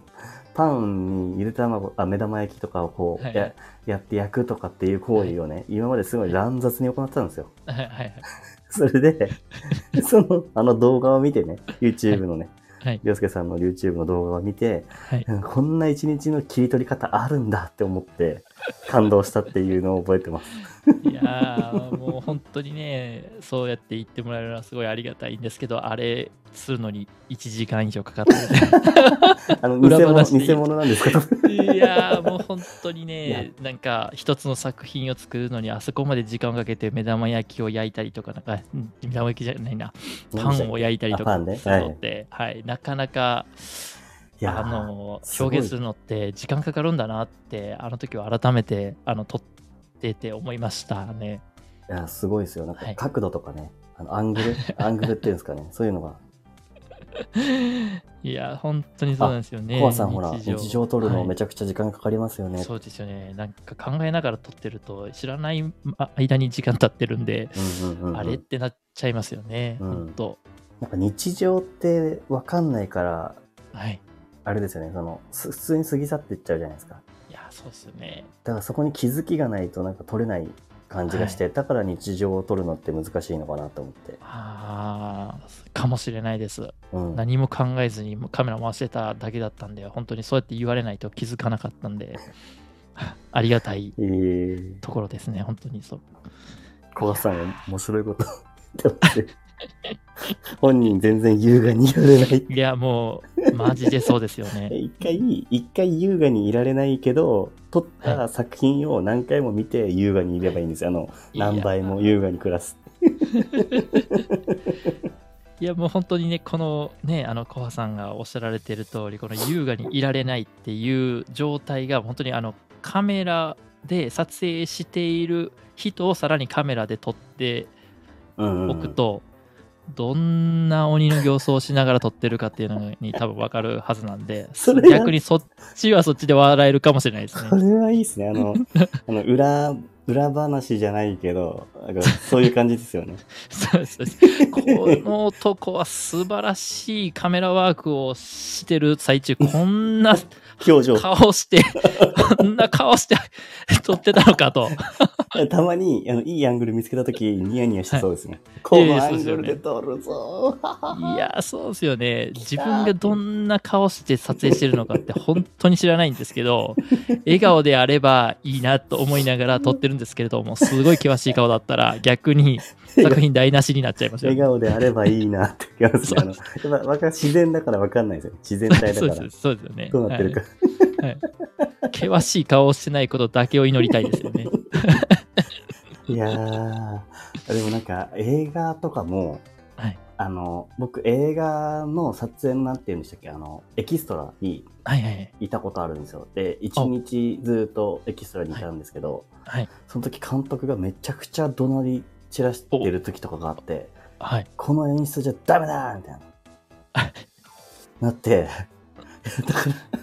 S1: パンにゆで卵、あ、目玉焼きとかをこう、
S2: はい
S1: ややって焼くとかっていう行為をね、今まですごい乱雑に行ってたんですよ。
S2: はいはい
S1: そ れで、その、あの動画を見てね、YouTube のね、
S2: はい。
S1: りょうすけさんの YouTube の動画を見て、
S2: はい。
S1: うんこんな一日の切り取り方あるんだって思って、感動したっていうのを覚えてます。
S2: いやー、もう本当にね、そうやって言ってもらえるのはすごいありがたいんですけど、あれするのに1時間以上かかってる
S1: あの、偽
S2: 裏
S1: 物、
S2: 話でいい
S1: 偽物なんですけど。
S2: い やーもう本当にねなんか一つの作品を作るのにあそこまで時間をかけて目玉焼きを焼いたりとかなんかうん目玉焼きじゃないなパンを焼いたりと
S1: あパ
S2: か
S1: ンね
S2: するのって、はいなかなか
S1: いやー
S2: あの
S1: すごい
S2: 表現するのって時間かかるんだなってあの時は改めてあの撮ってて思いましたね。
S1: いや、すごいですよ。なんか
S2: はい
S1: 角度とかね、あのアング ル、アングルっていうんですかね、そういうのが。
S2: いや本当にそうなんですよね。
S1: コアさん、ほら、日常撮るの
S2: はい
S1: めちゃくちゃ時間かかりますよね。
S2: そうですよね。なんか考えながら撮ってると知らないあ間に時間経ってるんで、
S1: うんうんうんうん
S2: あれってなっちゃいますよね。
S1: うん
S2: 本当。
S1: なんか日常ってわかんないから、
S2: はい。
S1: あれですよね、その、す普通に過ぎ去っていっちゃうじゃないですか。
S2: いや、そうですよね。
S1: だからそこに気づきがないとなんか撮れない感じがして、だから日常を撮るのって難しいのかなと思って。
S2: ああ、かもしれないです。
S1: うん。
S2: 何も考えずにカメラ回してただけだったんで、本当にそうやって言われないと気づかなかったんで、 ありがたい
S1: えー、
S2: ところですね。本当にそう。
S1: コアさんが面白いこと言ってますね本人全然優雅にいられない。
S2: いや、もう、マジでそうですよ
S1: え
S2: ね。
S1: 一回、一回優雅にいられないけど、撮っ
S2: は
S1: た作品を何回も見て優雅にいればいいんですよ。あの、 何倍も
S2: いや。
S1: 優雅に暮らす。
S2: いや、もう本当にね、このね、あの、コハさんがおっしゃられてる通り、この優雅にいられないっていう状態が、本当にあの、カメラで撮影している人をさらにカメラで撮って
S1: うんうん、
S2: 置くと、どんな鬼の形相をしながら撮ってるかっていうのに多分分かるはずなんで
S1: それが
S2: 逆にそっちはそっちで笑えるかもしれないです
S1: こ
S2: ね。
S1: れはいいですね。あの、あの裏、裏話じゃないけど、なんかそういう感じですよね。
S2: そうそうそうこの男は素晴らしいカメラワークをしてる最中こんな
S1: 表情。
S2: 顔してこんな顔して 撮ってたのか と。
S1: たまに、あの、いいアングル見つけたとき、ニヤニヤしてそうですね。
S2: はい
S1: こ
S2: いやい
S1: の
S2: や
S1: アングルで撮るぞー。
S2: いやそうですよね自分がどんな顔して撮影してるのかって本当に知らないんですけ ど笑顔であればいいなと思いながら撮ってるんですけれどもすごい険しい顔だったら逆に作品台無しになっちゃいますよ
S1: 笑
S2: ね。
S1: 顔であればいいなって言いますね。あの、やっぱわか自然だからわかんないですよ。自然体
S2: そう
S1: だ
S2: で
S1: から。
S2: すそうですよね。
S1: どうなってるか。
S2: はいはい険しい顔をしてないことだけを祈りたいですよね。
S1: いやー、でもなんか映画とかも、
S2: はい
S1: あの、僕映画の撮影のなんて言うんでしたっけ、あの、エキストラに
S2: はいはい
S1: いたことあるんですよ。で、一日ずっとエキストラにいたんですけど、
S2: はい
S1: その時監督がめちゃくちゃ怒鳴り散らしてる時とかがあって、
S2: はい。
S1: この演出じゃダメだみたいな。なって、だから、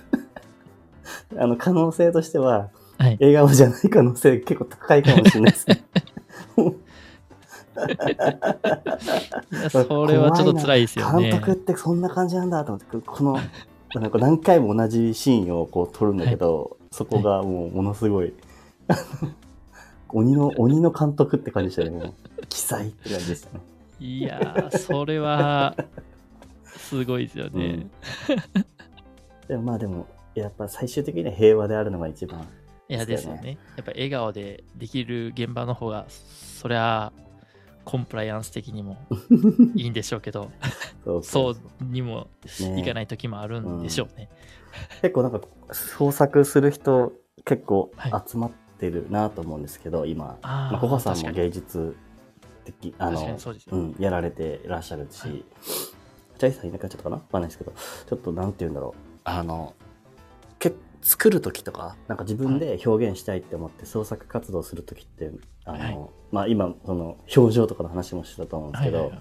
S1: あの、可能性としては、
S2: はい
S1: 笑顔じゃない可能性結構高いかもしれない ですね。
S2: いやそれはちょっと辛いですよ
S1: 監
S2: ね。
S1: 督ってそんな感じなんだと思って、この、なんか何回も同じシーンをこう撮るんだけど、そこがもうものすごい、あの鬼の、鬼の監督って感じでしたね。もう、奇才って感じでしたね。
S2: いやーそれはすごいですよね。
S1: うんでもまあでも、やっぱ最終的には平和であるのが一番。
S2: いやで
S1: で
S2: すす
S1: よ
S2: よ
S1: ね
S2: ね。やっぱ笑顔でできる現場の方が、そりゃコンプライアンス的に もいいんでしょうけど、
S1: そう
S2: そうにも
S1: ね
S2: いかない時もあるんでしょうね。
S1: 結構なんか創作する人結構
S2: はい
S1: 集まってるなと思うんですけど、今
S2: あ
S1: ま
S2: あ、
S1: あ、コハさん
S2: 確か
S1: も
S2: に
S1: 芸術的あ
S2: 確か
S1: の
S2: にそうですよ
S1: う
S2: ね。
S1: ん、やられていらっしゃるし、
S2: はい
S1: ジャイさんいなくなっちゃったかなわかんないですけどちょっとなんて言うんだろうあのけ作る時とかなんか自分で表現したいって思って創作活動する時ってあの、
S2: はい
S1: まあ、今その表情とかの話もしてたと思うんです
S2: は
S1: け
S2: い
S1: ど、
S2: はいはい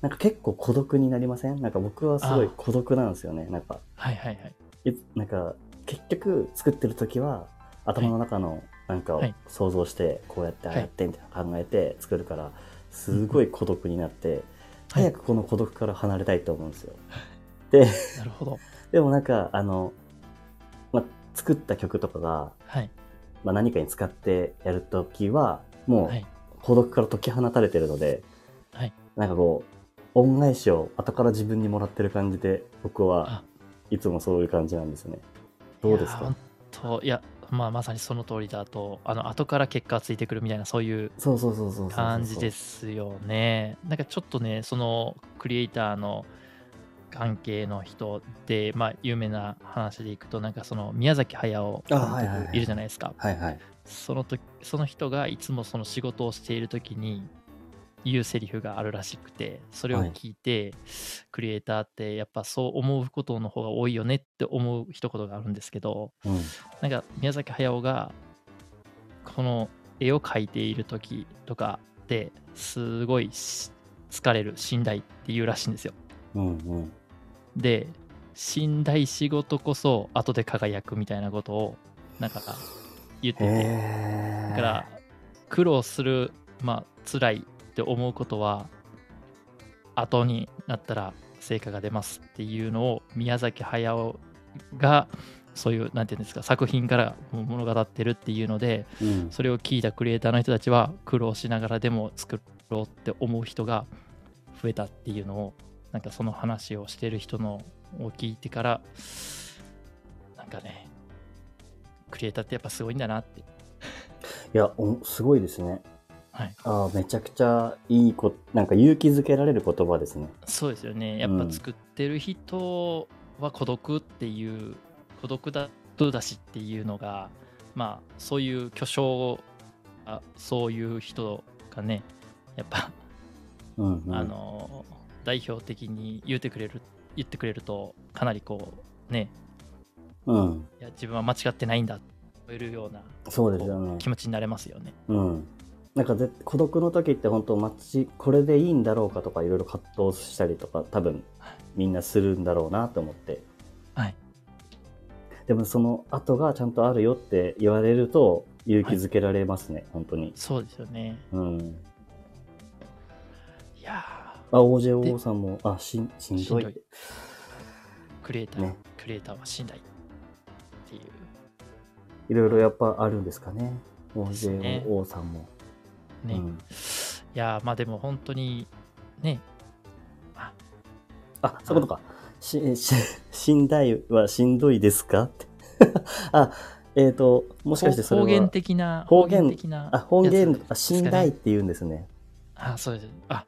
S1: なんか結構孤独になりませんなんか僕はすごい孤独なんですよねなんか
S2: はいはいはい。
S1: いなんか結局作ってる時は頭の中のなんかを
S2: はい
S1: 想像してこうやってあ
S2: は
S1: あ
S2: い
S1: やってみたいな考えて作るからすごい孤独になって
S2: はい
S1: 早くこの孤独から離れたいと思うんですよ。で
S2: なるほど。
S1: でもなんかあの、まあ、作った曲とかが、
S2: はい。
S1: まあ、何かに使ってやる時はも
S2: は
S1: う
S2: い。
S1: 孤独から解き放たれてるので、
S2: はい
S1: なんかこう恩返しを後から自分にもらってる感じで僕は
S2: あ
S1: いつもそういう感じなんですね。どうです
S2: いや
S1: か
S2: ーほんといや、まあ、まさにその通りだと、あの後から結果がついてくるみたいな、そういう
S1: そうそうそうそうそうそう
S2: 感じですよね。なんかちょっとね、そのクリエイターの関係の人で、まあ、有名な話でいくと、なんかその宮崎駿監
S1: あはいはいはい
S2: 督いるじゃないですか。
S1: はいはい。
S2: その時その人がいつもその仕事をしている時に言うセリフがあるらしくてそれを
S1: はい
S2: 聞いて、クリエイターってやっぱそう思うことの方が多いよねって思う一言があるんですけど
S1: うん。
S2: なんか宮崎駿がこの絵を描いている時とかってすごいし疲れる信頼っていうらしいんですよ
S1: うんうん。
S2: で信頼仕事こそ後で輝くみたいなことをなんか言ってて
S1: へえ。
S2: だから苦労するまあ辛いって思うことは後になったら成果が出ますっていうのを宮崎駿がそういうなんていうんですか作品から物語ってるっていうので
S1: うん、
S2: それを聞いたクリエイターの人たちは苦労しながらでも作ろうって思う人が増えたっていうのをなんかその話をしてる人のを聞いてからなんかねクリエイターってやっぱすごいんだなって
S1: いやおすごいですね。
S2: はい
S1: ああめちゃくちゃいいこなんか勇気づけられる言葉ですね。
S2: そうですよね。やっ
S1: うん
S2: ぱ作ってる人は孤独っていう、孤独だだしっていうのが、まあそういう巨匠あそういう人がね、やっぱ、
S1: うん、うん。
S2: あの代表的に言ってくれる言ってくれるとかなりこうね、
S1: うん。
S2: いや自分は間違ってないんだと言えるような
S1: そうですよね
S2: 気。持ちになれますよね。
S1: うん。なんかぜ孤独の時って本当マッチこれでいいんだろうかとかいろいろ葛藤したりとか多分みんなするんだろうなと思って。
S2: はい。
S1: でもその後がちゃんとあるよって言われると勇気づけられますね、本当に。
S2: そうですよね。
S1: うん。
S2: いや
S1: あ、OJO さんも、あ、しんしんどい
S2: しんどいークリエイター、
S1: ね
S2: クリエイターは信頼っていう。
S1: いろいろやっぱあるんですかね。
S2: すね
S1: OJO さんも。
S2: ね、
S1: うん
S2: いやーまあでも本当にね
S1: あ、そういうことか。し、 し、しんだいはしんどいですか って。あ、えっ、と、もしかしてそれは。
S2: 方言的な
S1: 方言
S2: 的な
S1: あ、方
S2: や
S1: 言
S2: つ、
S1: あ、
S2: です
S1: し
S2: かね
S1: んだいって言うんですね。
S2: あそうですあ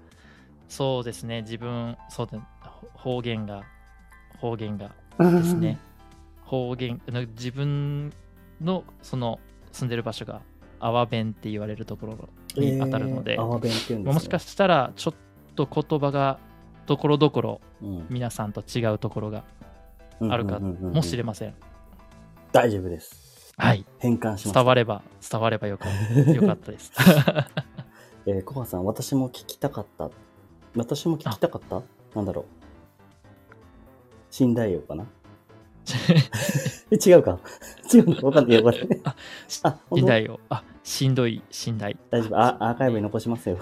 S2: そうですね自分そうだほ方言が方言がですね方言あの自分のその住んでる場所が阿波弁って言われるところに当たるので、
S1: あわ弁って言うんです、ね、
S2: もしか
S1: し
S2: したらちょっと言葉がところどころ
S1: て、
S2: 皆さんと違うところがあるかもしれません。
S1: 大丈夫です。
S2: はい、
S1: 変換しま
S2: 伝
S1: す。
S2: われば伝わればよかったよかった です。
S1: えー、コハさん、私も聞きたかった。私も聞きたかったなんだろう。信頼用かなえ、違うか 違うのわかんない。わかんない。あ、本
S2: 信
S1: 当
S2: 頼を、あ、しんどい信頼。
S1: 大丈夫あアーカイブに残しますよ。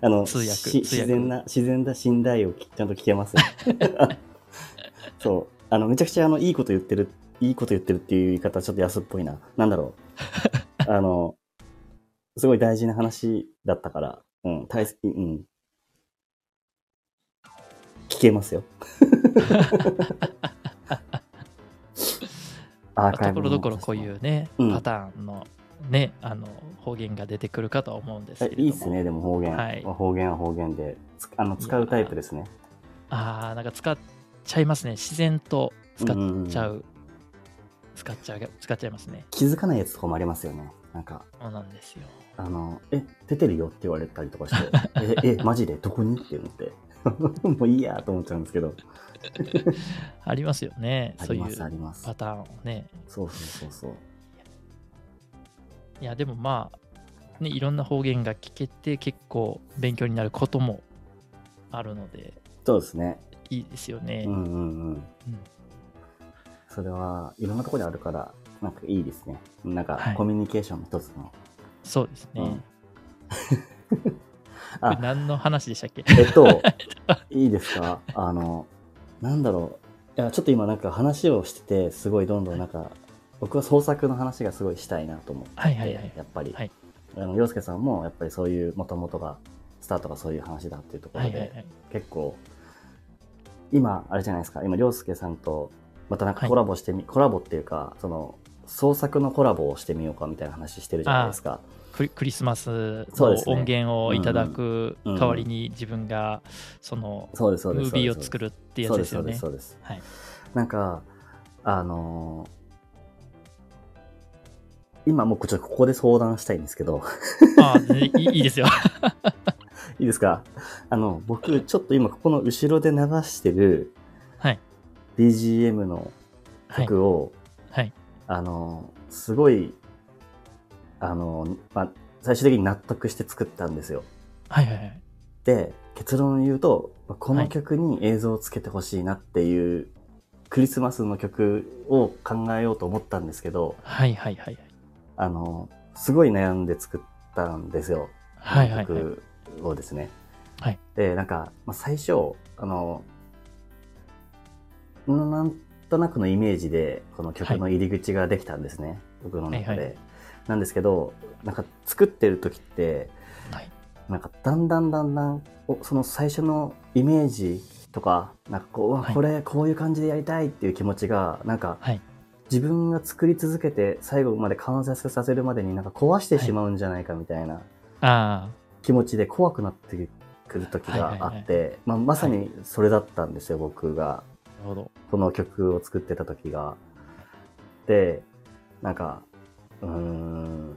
S1: あの
S2: 通訳
S1: し
S2: 通訳
S1: 自然な自然な信頼をきちゃんと聞けます よ。そうあのめちゃくちゃあのいいこと言ってるいいこと言ってるっていう言い方はちょっと安っぽいな。なんだろ うあのすごい大事な話だったから、うん大切うん聞 けますよ。 アーカイ
S2: とこ
S1: ブも
S2: ろどころこういうね、
S1: うん
S2: パターンのね、あの方言が出てくるかとは思うんですけ
S1: え
S2: れども。
S1: いいですね、でも方言。
S2: はい
S1: 方言は方言で。つあ
S2: い
S1: の
S2: やー
S1: 使うタイプですね。
S2: ああ、なんか使っちゃいますね。自然と使っちゃう。
S1: んんん
S2: 使っちゃう、使っちゃいますね。
S1: 気づかないやつとかもありますよね。なんか、
S2: そうなんですよ。
S1: あの、え、出てるよって言われたりと かして、え、え、マジでどこにって思って。 もういいやと思っちゃうんですけど。
S2: ありますよね。
S1: あ
S2: そう
S1: り
S2: い
S1: ます、あ
S2: う
S1: ります
S2: パ。ターンをね。
S1: そうそうそうそう。
S2: いや、でもまあ、ね、いろんな方言が聞けて結構勉強になることもあるので、
S1: そうですね。
S2: いいですよね。
S1: うんうんうん。それはいろんなところにあるから、なんかいいですね。なんか
S2: はい
S1: コミュニケーションの一つの。
S2: そうですね。
S1: うん
S2: こ
S1: あ
S2: れ何の話でしたっけ
S1: えっ と、いいですかあの、なんだろう。いや、ちょっと今なんか話をしてて、すごいどんどんなんか、僕は創作の話がすごいしたいなと思って、
S2: はいはいはい
S1: やっぱり。
S2: はい
S1: あの、洋介さんもやっぱりそういう、もともとが、スタートがそういう話だっていうとこ
S2: は
S1: ろ
S2: い
S1: で、
S2: はいはい。
S1: 結構、今、あれじゃないですか、今、涼介さんと、またなんか
S2: はい
S1: コラボしてみ、コラボっていうか、その、創作のコラボをしてみようかみたいな話してるじゃないですか。
S2: クリクリスマス
S1: そ
S2: の
S1: うですね
S2: 音源をいただく
S1: うんうん
S2: 代わりに自分がその
S1: そうです、そう
S2: ム
S1: です。
S2: ービーを作
S1: る
S2: るってやつですよね
S1: そ。うです、そうです。
S2: はい。
S1: なんか、あのー今もうちょっとここで相談したいんですけど、
S2: ああ、全然いいいいですよ。
S1: いいですかあの、僕、ちょっと今ここの後ろで流してる
S2: はい
S1: BGM の
S2: はい。
S1: 曲を、
S2: はい。
S1: あのーすごい、あのーまあ、最終的に納得して作ったんですよ。
S2: はいはいはい。
S1: で、結論を言うと、こ
S2: は
S1: の
S2: い
S1: 曲に映像をつけてほしいなっていう、クリスマスの曲を考えようと思ったんですけど、
S2: はいはいはい。
S1: あの、すごい悩んで作ったんですよ。
S2: はいはいはい。
S1: 曲をですね。
S2: はい
S1: で、なんか、まあ、最初、あの、ななんとなくのイメージで、この曲の入り口ができたんですね。僕の中で、
S2: はいはい
S1: なんですけど、なんか作ってる時って、
S2: はい
S1: なんかだんだんだんだん、おその最初のイメージとか、なんかこう、うわ
S2: はい
S1: これ、こういう感じでやりたいっていう気持ちが、なんか、
S2: はい
S1: 自分が作り続けて最後まで完成させるまでになんか壊してしまうんじゃないかみたいな
S2: あ
S1: 気持ちで怖くなってくる時があって、まあ、まさにそれだったんですよ、僕が
S2: あ、なるほど。
S1: この曲を作ってた時が。でなんかうーん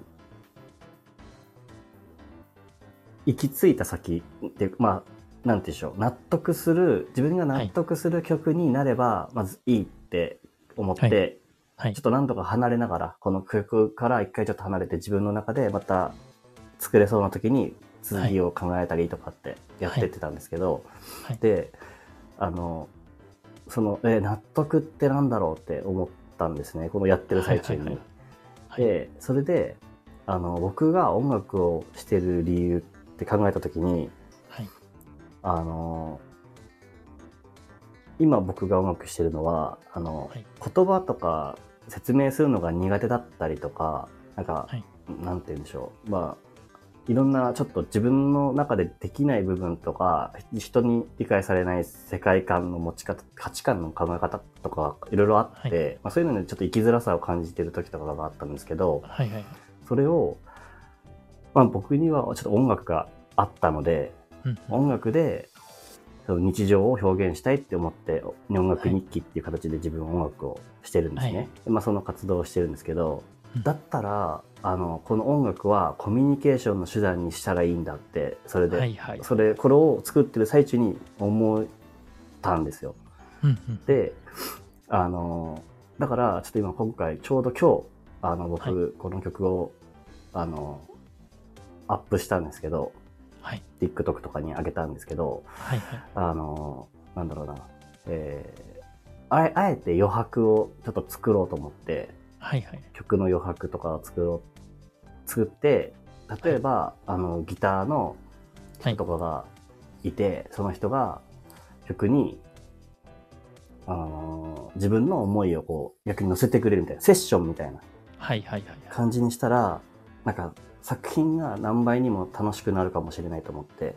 S1: 行き着いた先っていうかまあなんて言うんでしょう納得する自分が納得する曲になれば、まずいいって思って、
S2: ははい
S1: ちょっ。と何度か離れながら、この曲から一回ちょっと離れて自分の中でまた作れそうな時に続きを考えたりとかってやってってたんですけど、
S2: はい
S1: で、あの、その、え、納得ってなんだろうって思ったんですね、このやってる最中に。
S2: はいはいはいはい
S1: で、それで、あの、僕が音楽をしてる理由って考えた時に、
S2: はい
S1: あの、今僕が音楽してるのは、あの、
S2: はい
S1: 言葉とか説明するのが苦手だったりとかなんか、
S2: はい
S1: なんて言うんでしょうまあいろんなちょっと自分の中でできない部分とか人に理解されない世界観の持ち方価値観の考え方とかいろいろあって、まあ、そういうのにちょっと生きづらさを感じてる時とかがあったんですけど
S2: はいはい。
S1: それを、まあ、僕にはちょっと音楽があったので
S2: うんうん
S1: 音楽でその日常を表現したいって思って音楽日記っていう形で自分は音楽をしてるんですね、
S2: はい
S1: まあ、その活動をしてるんですけど、
S2: うん
S1: だったらあのこの音楽はコミュニケーションの手段にしたらいいんだってそれで、
S2: はいはい。
S1: それこれを作ってる最中に思ったんですよ
S2: うんうん
S1: であのだからちょっと今今回ちょうど今日あの僕、
S2: は
S1: この曲をあのアップしたんですけど
S2: はい
S1: TikTok とかに上げたんですけど、
S2: はいはい。
S1: あの、なんだろうな、えーあえ、あえて余白をちょっと作ろうと思って、
S2: はいはい。
S1: 曲の余白とかを作ろう、作って、例えば、あの、ギターの
S2: はい
S1: 人とかがいて、その人が曲に、あのー自分の思いをこう、逆に乗せてくれるみたいな、セッションみたいな
S2: はいはいはいはい。
S1: 感じにしたら、なんか、作品が何倍にも楽しくなるかもしれないと思って、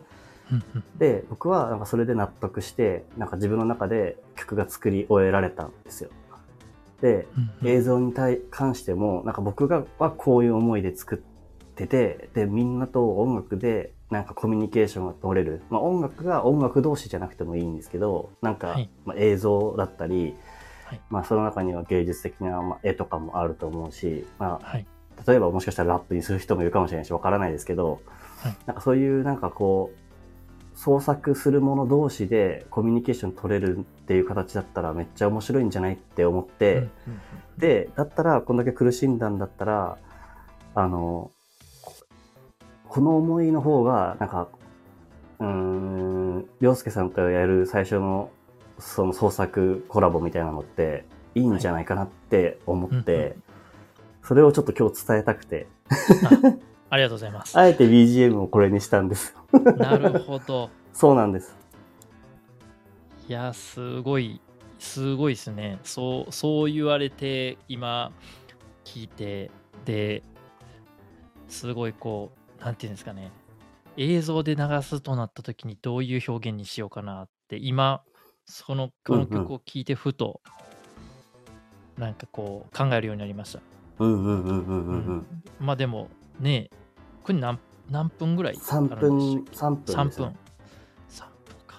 S2: うんうん
S1: で僕はなんかそれで納得してなんか自分の中で曲が作り終えられたんですよ。で
S2: うんうん
S1: 映像に対関してもなんか僕がはこういう思いで作っててでみんなと音楽でなんかコミュニケーションが取れる、まあ、音楽が音楽同士じゃなくてもいいんですけどなんか、
S2: はい
S1: まあ、映像だったり、
S2: はい
S1: まあ、その中には芸術的な、まあ、絵とかもあると思うし、まあ、
S2: はい。
S1: 例えばもしかしたらラップにする人もいるかもしれないしわからないですけど、
S2: はい
S1: なんかそういうなんかこう創作する者同士でコミュニケーション取れるっていう形だったらめっちゃ面白いんじゃないって思って、
S2: うんうんうん
S1: でだったらこんだけ苦しんだんだったらあのここの思いの方がなんかうーん涼介さんとやる最初のその創作コラボみたいなのっていいんじゃないかなって思って、
S2: はいうんう
S1: それをちょっと今日伝えたくて、
S2: ありがとうございます。
S1: あえて BGM をこれにしたんです。
S2: なるほど。
S1: そうなんです。
S2: いや、すごい、すごいですね。そう、そう言われて、今、聞いて、で、すごい、こう、なんていうんですかね。映像で流すとなった時にどういう表現にしようかなって、今、その、この
S1: うんうん
S2: 曲を聴いて、ふと、なんかこう、考えるようになりました。
S1: うんうんうんうんうんうん。
S2: まあでも、ねえ、これ何、何分ぐらいあるん
S1: 3
S2: でしたっ
S1: 分、
S2: け
S1: 3分ですよ
S2: 3分。3分か。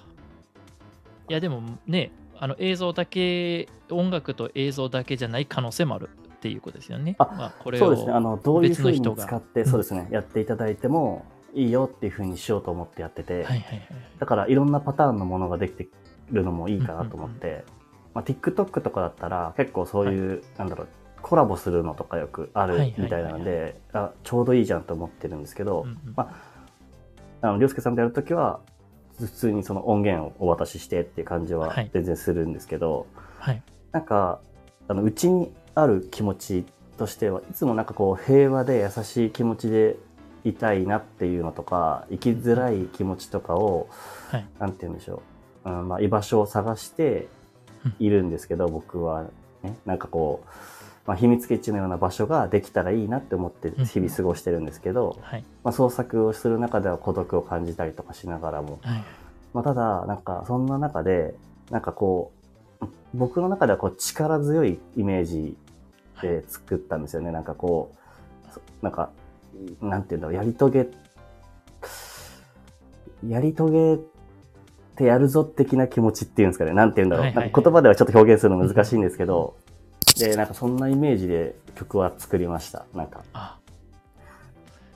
S2: いや、でもね、あの映像だけ、音楽と映像だけじゃない可能性もあるっていうことですよね。
S1: あ
S2: まあ、これ
S1: そう
S2: を
S1: ですね。あの、どういう
S2: 別
S1: ふう
S2: の
S1: に
S2: 人が
S1: 使っ
S2: う
S1: て、
S2: ん
S1: そうですね、やっていただいてもいいよっていうふうにしようと思ってやってて、
S2: はいはいはい。
S1: だからいろんなパターンのものができてるのもいいかなと思って、まあ、TikTok とかだったら結構そういう、なんだろうコラボするのとかよく
S2: は
S1: あ
S2: いは
S1: る
S2: いはい
S1: みたいなので、あちょうどいいじゃんと思ってるんですけど、
S2: うんうん
S1: まあの涼介さんとやるときは普通にその音源をお渡ししてっていう感じは
S2: はい
S1: 全然するんですけど、
S2: はい、
S1: なんかあのうちにある気持ちとしてはいつもなんかこう平和で優しい気持ちでいたいなっていうのとか生きづらい気持ちとかを、
S2: はい
S1: なんて言うんでしょう、うんまあ、居場所を探しているんですけど、僕は、ね、なんかこう、まあ、秘密基地のような場所ができたらいいなって思って
S2: うん
S1: 日々過ごしてるんですけど、
S2: はい、
S1: まあ、創作をする中では孤独を感じたりとかしながらも、
S2: はい。
S1: まあ、ただなんかそんな中でなんかこう僕の中ではこう力強いイメージで作ったんですよね、なんかこうそなんかなんていうんだろうやり遂げやり遂げてやるぞ的な気持ちっていうんですかねなんて言うんだろう、
S2: はいはいはい
S1: なんか言葉ではちょっと表現するの難しいんですけど、でなんかそんなイメージで曲は作りましたなんか
S2: あ、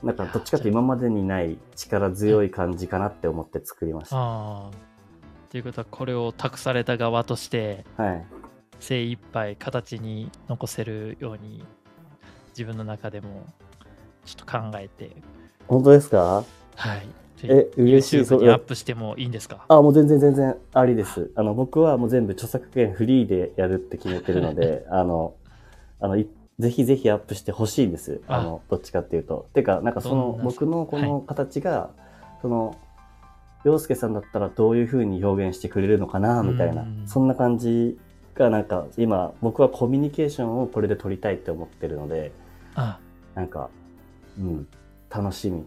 S1: なんかどっちかっていうと今までにない力強い感じかなって思って作りました、
S2: あー。ということは、これを託された側として、
S1: はい
S2: 精一杯形に残せるように、自分の中でも、ちょっと考えて、
S1: 本当ですか
S2: はい。
S1: え嬉しい
S2: YouTube
S1: そう
S2: にアップしてもいいんですか
S1: あ、もう全然全然ありです。あの、僕はもう全部著作権フリーでやるって決めてるので、あの、あの、いぜひぜひアップしてほしいです。
S2: あ
S1: あの、どっちかっていうと。てか、なんかそ
S2: どん
S1: の、
S2: な
S1: 僕のこの形が、その、洋介さんだったらどういう風に表現してくれるのかな、みたいな
S2: うん、
S1: そんな感じが、なんか今、僕はコミュニケーションをこれで取りたいって思ってるので、
S2: あ
S1: なんか、うん、楽しみ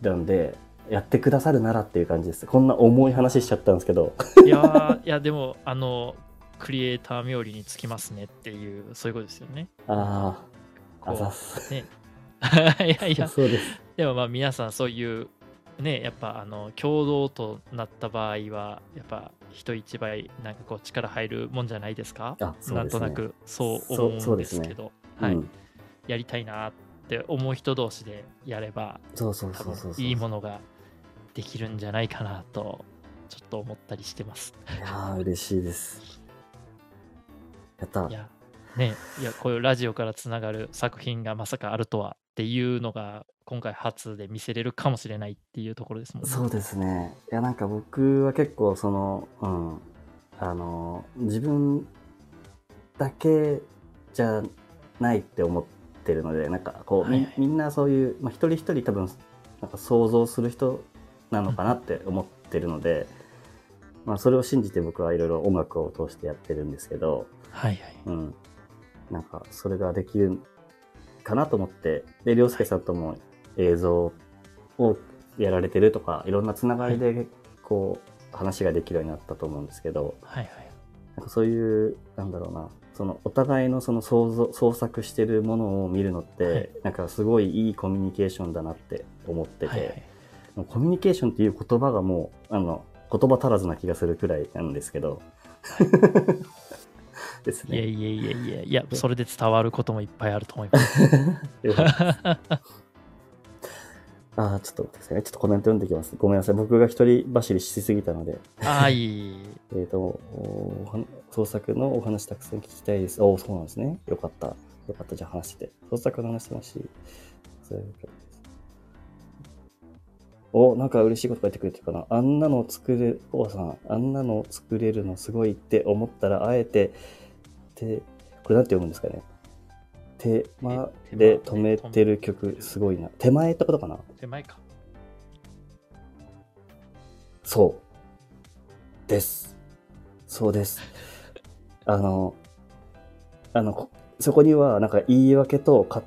S1: なんで、やってくださるならっていう感じです。こんな重い話しちゃったんですけど。
S2: いやーいやでもあのクリエイター冥利につきますねっていうそういうことですよね。
S1: ああ、
S2: こ
S1: あざっ
S2: う
S1: す。
S2: ね、いやいや
S1: そうです。
S2: でもまあ皆さんそういうねやっぱあの共同となった場合はやっぱ人一倍なんかこう力入るもんじゃないですか
S1: あそうですね
S2: なんとなくそう思
S1: そうそううんで
S2: ですす
S1: ね
S2: けどはい
S1: うん
S2: やりたいなって思う人同士でやれば
S1: そうそう
S2: 多
S1: そうそう
S2: 分
S1: そう。
S2: いいものができるんじゃないかなとちょっと思ったりしてます。
S1: いやー嬉しいです。やった
S2: い。や、ね、いや、こういうラジオからつながる作品がまさかあるとはっていうのが、今回初で見せれるかもしれないっていうところですもんね。
S1: そうですね。いや、なんか僕は結構その、うん、あの、自分だけじゃないって思ってるので、なんかこう、
S2: はいはい
S1: みみんなそういう、まあ、一人一人多分、なんか想像する人なのかなって思ってるので、まあそれを信じて僕はいろいろ音楽を通してやってるんですけど、
S2: はいはい。
S1: うん、なんかそれができるかなと思ってで涼介さんとも映像をやられてるとかいろんなつながりでこう話ができるようになったと思うんですけど
S2: はいはい。
S1: なんかそういうなんだろうなそのお互いのその創造創作してるものを見るのって、
S2: はい
S1: なんかすごいいいコミュニケーションだなって思ってて、
S2: はいはい、
S1: コミュニケーションっていう言葉がもうあの言葉足らずな気がするくらいなんですけどです
S2: い
S1: ね
S2: や。いやいやいやいや、それで伝わることもいっぱいあると思い ます。
S1: よかった ああ、ちょっと待ってくださいね。ちょっとコメント読んできます。ごめんなさい。僕が一人走りしすぎたので。
S2: はい。
S1: えっ、と、おお創作のお話たくさん聞きたいです。おお、そうなんですね。よかった。よかった。じゃあ話してて。創作の話してますし。それお、なんか嬉しいこと書いてくれてるかな。あんなの作る、おばさん、あんなの作れるのすごいって思ったら、あえて、て、これなんて読むんですかね。手間で止めてる曲、すごいな。手前ってことかな
S2: 手前か。
S1: そう。です。そうです。あの、あの、こそこには、なんか言い訳とか、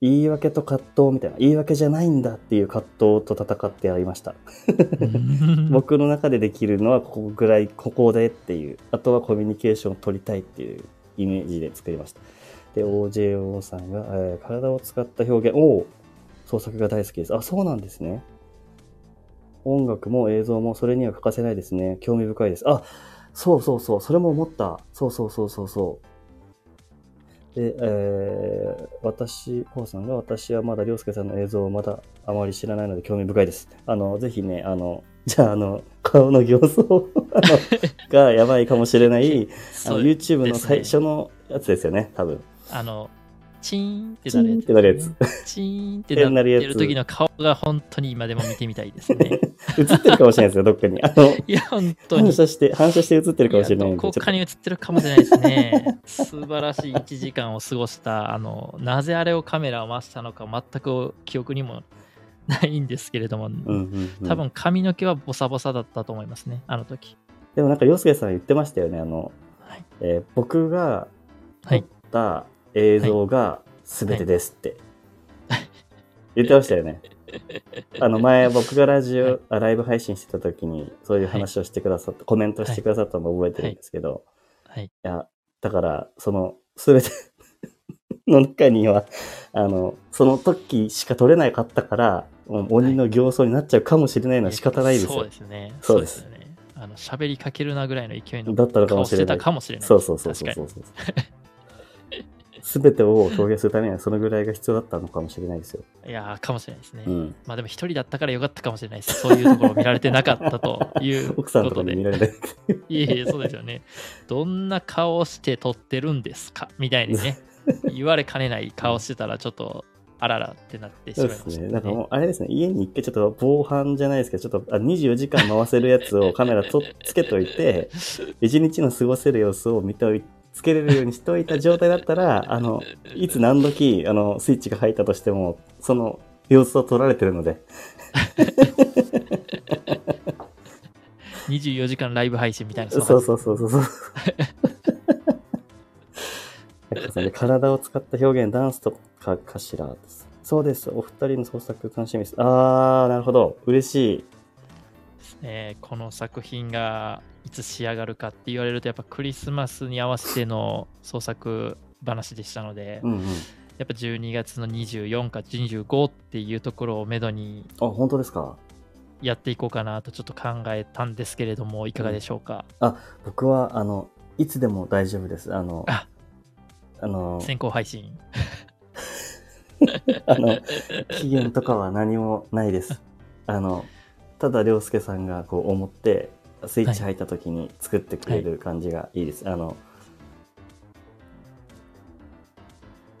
S1: 言い訳と葛藤みたいな、言い訳じゃないんだっていう葛藤と戦ってやりました。
S2: 僕
S1: 僕の中でできるのはここぐらい、ここでっていう、あとはコミュニケーションを取りたいっていうイメージで作りました。で、OJO さんが、えー体を使った表現、おー創作が大好きです。あ、そうなんですね。音楽も映像もそれには欠かせないですね。興味深いです。あ、そうそうそう、それも思った。そうそうそうそうそう。で、えー、私、こうさんが、私はまだ、りょうすけさんの映像をまだあまり知らないので興味深いです。あの、ぜひね、あの、じゃあ、あの、顔の形相あのがやばいかもし れない、あの YouTube の最初のやつですよね、多分。
S2: あの、チーンってなるやつ、
S1: チーンってなるや
S2: チーンってなってる時の顔が本当に今でも見てみたいです ね。
S1: 映ってるかもしれないですよ、どっかに。あの、
S2: いや、本当に。
S1: 反射して、反射して映ってるかもしれない
S2: い
S1: ん
S2: や
S1: で。
S2: どこ
S1: ちょっ
S2: か
S1: と
S2: に映ってるかもしれないですね。 素晴らしい1時間を過ごした、あの、なぜあれをカメラを回したのか全く記憶にもないんですけれども、
S1: うんうんうん
S2: 多分髪の毛はボサボサだったと思いますね、あの時。
S1: でもなんか、洋介さん言ってましたよね、あの、
S2: はい
S1: えー僕が
S2: は
S1: 撮
S2: い
S1: った映像が全てですって、言ってましたよね。 あの前僕がラジオ、
S2: はい
S1: あライブ配信してた時にそういう話をしてくださった、コメントしてくださったのを覚えてるんですけど、
S2: はい。
S1: い、やだからその全て の中にはあのその時しか撮れなかったからもう鬼の形相になっちゃうかもしれないのは仕方ないですよ、
S2: そうですね。
S1: そうです
S2: よね。あの、喋りかけるなぐらいの勢いの
S1: だったのか
S2: 顔
S1: も
S2: し
S1: してれな
S2: た
S1: い
S2: かもしれない。
S1: そうそうそうそうそうそう。 すべてを表現するためにはそのぐらいが必要だったのかもしれないですよ。
S2: いやー、かもしれないですね。
S1: うん。
S2: まあでも一人だったからよかったかもしれないです。そういうところを見られてなかったというこ
S1: 奥さんとか
S2: と
S1: に
S2: で。
S1: 見られない。
S2: いえいえ、そうですよね。どんな顔して撮ってるんですかみたいにね、言われかねない顔してたら、ちょっと、あららってなってし
S1: そ
S2: ま
S1: う
S2: い
S1: で
S2: ますした
S1: ね。
S2: ね。
S1: なんかもう、あれですね、家に一回ちょっと防犯じゃないですけど、ちょっとあ24時間回せるやつをカメラとつけとい て、一日の過ごせる様子を見ておいつけれるようにしといた状態だったら、あの、いつ何時、あの、スイッチが入ったとしても、その様子を撮られてるので、
S2: 24時間ライブ配信みたいな。
S1: そう
S2: のが
S1: そうそうそうそう。なんかそれ体を使った表現、ダンスとかかしらです。そうです。お二人の創作楽しみです。あー、なるほど。嬉しい。
S2: えーこの作品がいつ仕上がるかって言われると、やっぱクリスマスに合わせての創作話でしたので、
S1: うんうん。
S2: やっぱ12月の24か25っていうところをめどに
S1: あ、本当ですか。
S2: やっていこうかなとちょっと考えたんですけれども、いかがでしょうか、
S1: 僕は、あの、いつでも大丈夫です。あの、
S2: あ
S1: あの、
S2: 先行配信。
S1: あの、期限とかは何もないです。あの、ただ、涼介さんがこう思って、スイッチ入った時に作ってくれる感じがいいです。あの、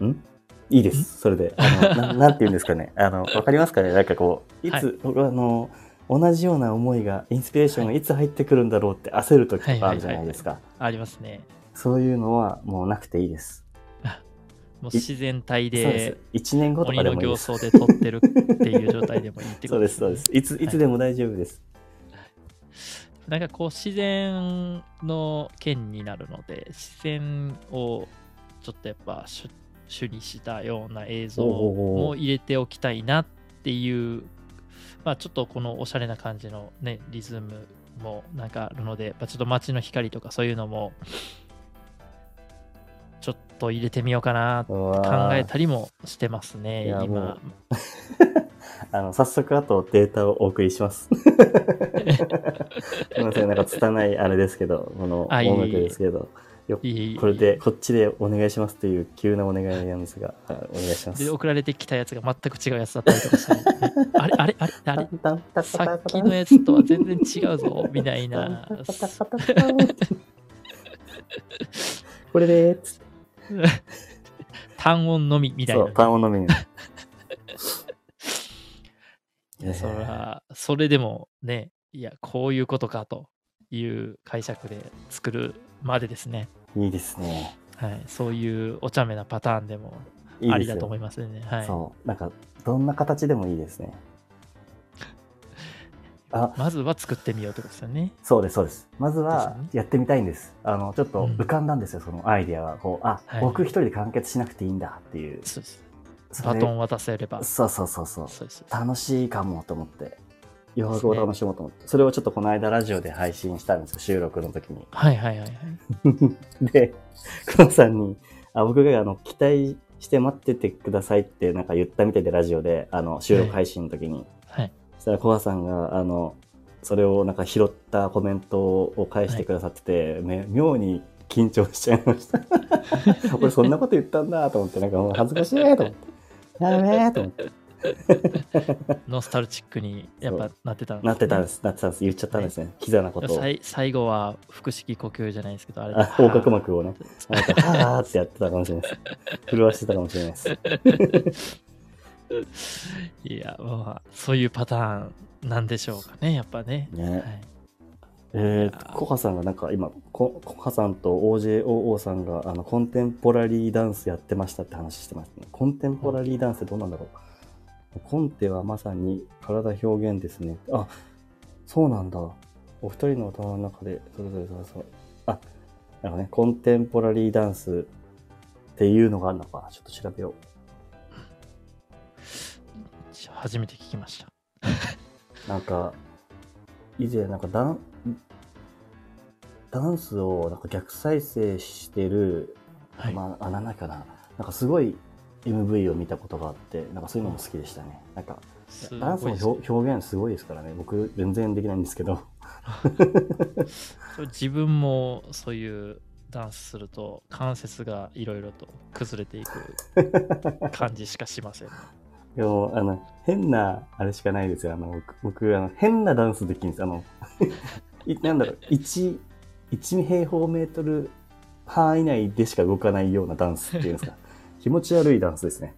S1: んいいです。それで。あの、 ななんて言うんですかね。あの、わかりますかねなんかこう、いつ、
S2: はい
S1: 僕はあの、同じような思いが、インスピレーションがいつ入ってくるんだろうって焦る時とかあるじゃないですか。
S2: ありますね。
S1: そういうのはもうなくていいです。
S2: もう自然体
S1: そうです
S2: で。
S1: 1年後と
S2: 鬼
S1: かで
S2: の
S1: もいい
S2: 形
S1: です。
S2: 相で撮ってるっていう状態でもいいってこ
S1: そ
S2: と
S1: う です、そうです。いつ、いつでも大丈夫です。
S2: なんかこう自然の件になるので自然をちょっとやっぱ主主にしたような映像も入れておきたいなっていうまあちょっとこのおしゃれな感じのねリズムもなんかあるので、まあ、ちょっと街の光とかそういうのもちょっと入れてみようかな
S1: うわー
S2: 考えたりもしてますね
S1: いやも
S2: 今
S1: うあの早速あとデータをお送りします。すみません、なんか拙いあれですけど、この
S2: あいい
S1: 音楽ですけど、
S2: いい
S1: これでこっちでお願いしますという急なお願いなんですが、あお願いします
S2: で。送られてきたやつが全く違うやつだったりとか して、あれあれあれあれ
S1: タンタンタンタ
S2: さ
S1: ンタン
S2: っきのやつとは全然違う ぞみたい
S1: タン
S2: な
S1: タンタンタンタンタンこれでーっつって
S2: 単音のみみたい
S1: そ
S2: な
S1: う、パンを飲みに。
S2: いやそらそれでもねいやこういうことかという解釈で作るまでですね
S1: いいですね。
S2: はい、そういうお茶目なパターンでも
S1: いいですよ
S2: ありだと思いますね。はい、
S1: そう。なんか、どんな形でもいいですね。あ、
S2: まずは作ってみようってことですよね。
S1: そうです、そうです。まず
S2: 確
S1: は
S2: かに
S1: やってみたいんです。あの、ちょっと
S2: うん
S1: 浮かんだんですよ、そのアイディアは。こう、あ、
S2: はい
S1: 僕一人で完結しなくていいんだっていう。
S2: そうです
S1: そ
S2: バ
S1: れ
S2: トンを渡せれば。
S1: そうそうそうそう。
S2: そうです。
S1: 楽しいかもと思って。洋楽を楽しもうと思って。それをちょっとこの間ラジオで配信したんですよ、収録の時に。
S2: はいはいはいはい。
S1: で、 久野さんに、あ僕があの期待して待っててくださいってなんか言ったみたいで、ラジオで、あの収録配信の時に。
S2: はい、
S1: そしたらコアさんが、あの、それをなんか拾ったコメントを返してくださってて、め妙に緊張しちゃいました。 俺そんなこと言ったんだと思って、なんかもう恥ずかしいなと思って。やべえと思って。
S2: ノスタルチックにやっぱなってたんですね
S1: なってたんです、なってたんです。言っちゃったんですね。キザなことを。
S2: さい最後は腹式呼吸じゃないですけど、あれ
S1: あ横隔膜をね、なんか、はーってやってたかもしれないです。震わしてたかもしれないです。
S2: いや、まあ、そういうパターンなんでしょうかね、やっぱね。は
S1: ね
S2: い、
S1: え
S2: あ
S1: ー、
S2: ー
S1: コハさんがなんか今ココハさんと OJOO さんがあのコンテンポラリーダンスやってましたって話してますねコンテンポラリーダンスってどうなんだろうコンテはまさに体表現ですねあそうなんだお二人の頭の中でそれぞれそうそうあなんかねコンテンポラリーダンスっていうのがあるのかちょっと調べよ
S2: 初めて聞きました。
S1: うなんか以前なんかダンダンスをなんか逆再生してる
S2: はい。
S1: まあ、あ、なんだっけかな。なんかすごい MV を見たことがあって、なんかそういうのも好きでしたね。なんか、
S2: す
S1: ダンス
S2: ごいです
S1: の表表現すごいですからね。僕、全然できないんですけど。
S2: 自分もそういうダンスすると関節がいろいろと崩れていく 感じしかしません。
S1: でも、あの、変な、あれしかないですよ。あの、僕、僕あの変なダンスできるんです。あの、 いなんだろう、1、1平方メートル範囲内でしか動かないようなダンスっていうんです か。気持ち悪いダンスですね。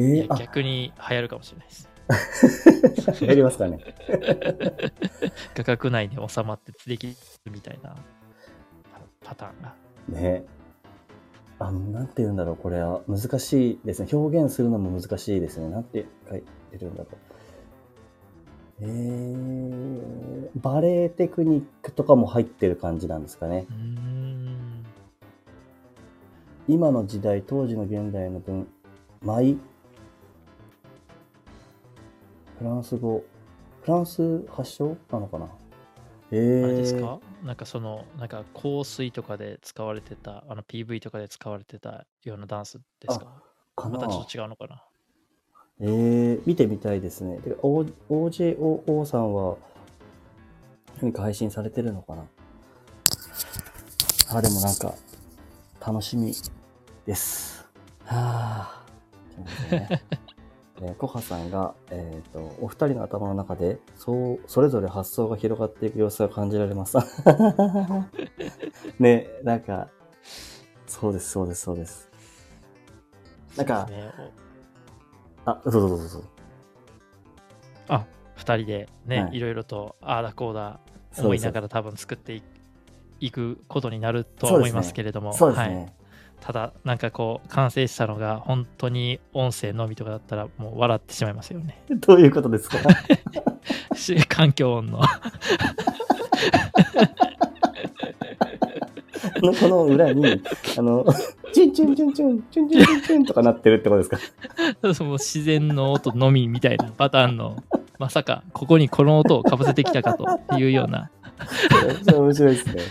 S2: いや、
S1: ーあ、
S2: 逆に流行るかもしれないです。
S1: やりますかね。
S2: 価格内で収まってできるみたいなパターンが。
S1: ねあの、なんて言うんだろう、これは難しいですね。表現するのも難しいですね。なんて書いてるんだろう。えー、バレエテクニックとかも入ってる感じなんですかね
S2: う。ーん。
S1: 今の時代、当時の現代の文、舞、フランス語、フランス発祥なのかな
S2: あ
S1: えー、
S2: れですか、なんかその、なんか香水とかで使われてた、あの PV とかで使われてたようなダンスですか
S1: か
S2: また
S1: な
S2: ちょっと違うのかな
S1: えー、見てみたいですね。てか、O- OJOO さんは何か配信されてるのかなあ、でもなんか、楽しみです。はぁ、ということで ねえーコハさんが、えっ、と、お二人の頭の中で、そう、それぞれ発想が広がっていく様子が感じら れます。ね、なんか、そうです、そうです、そうです。なん
S2: そ
S1: か
S2: うですね
S1: あ、そうそうそうそう。
S2: おあ、二人でね、
S1: はい
S2: い、ろいろとああだこうだ
S1: そう
S2: 思い
S1: そう
S2: ながら多分作っていいくことになるとは
S1: そうで
S2: 思
S1: すね
S2: いますけれども、
S1: そうですね。
S2: はい、ただなんかこう完成したのが本当に音声のみとかだったらもう笑ってしまいますよね
S1: どういうことですか
S2: し環境音の
S1: あのこの裏に、あの、チュンチュンチュンチュン、チュンチュンチュンチュンとかなってるってことです か
S2: その自然の音のみみたいなパターンのまさかここにこの音をかぶせてきたかというような
S1: めっちゃ面白いですね。めっ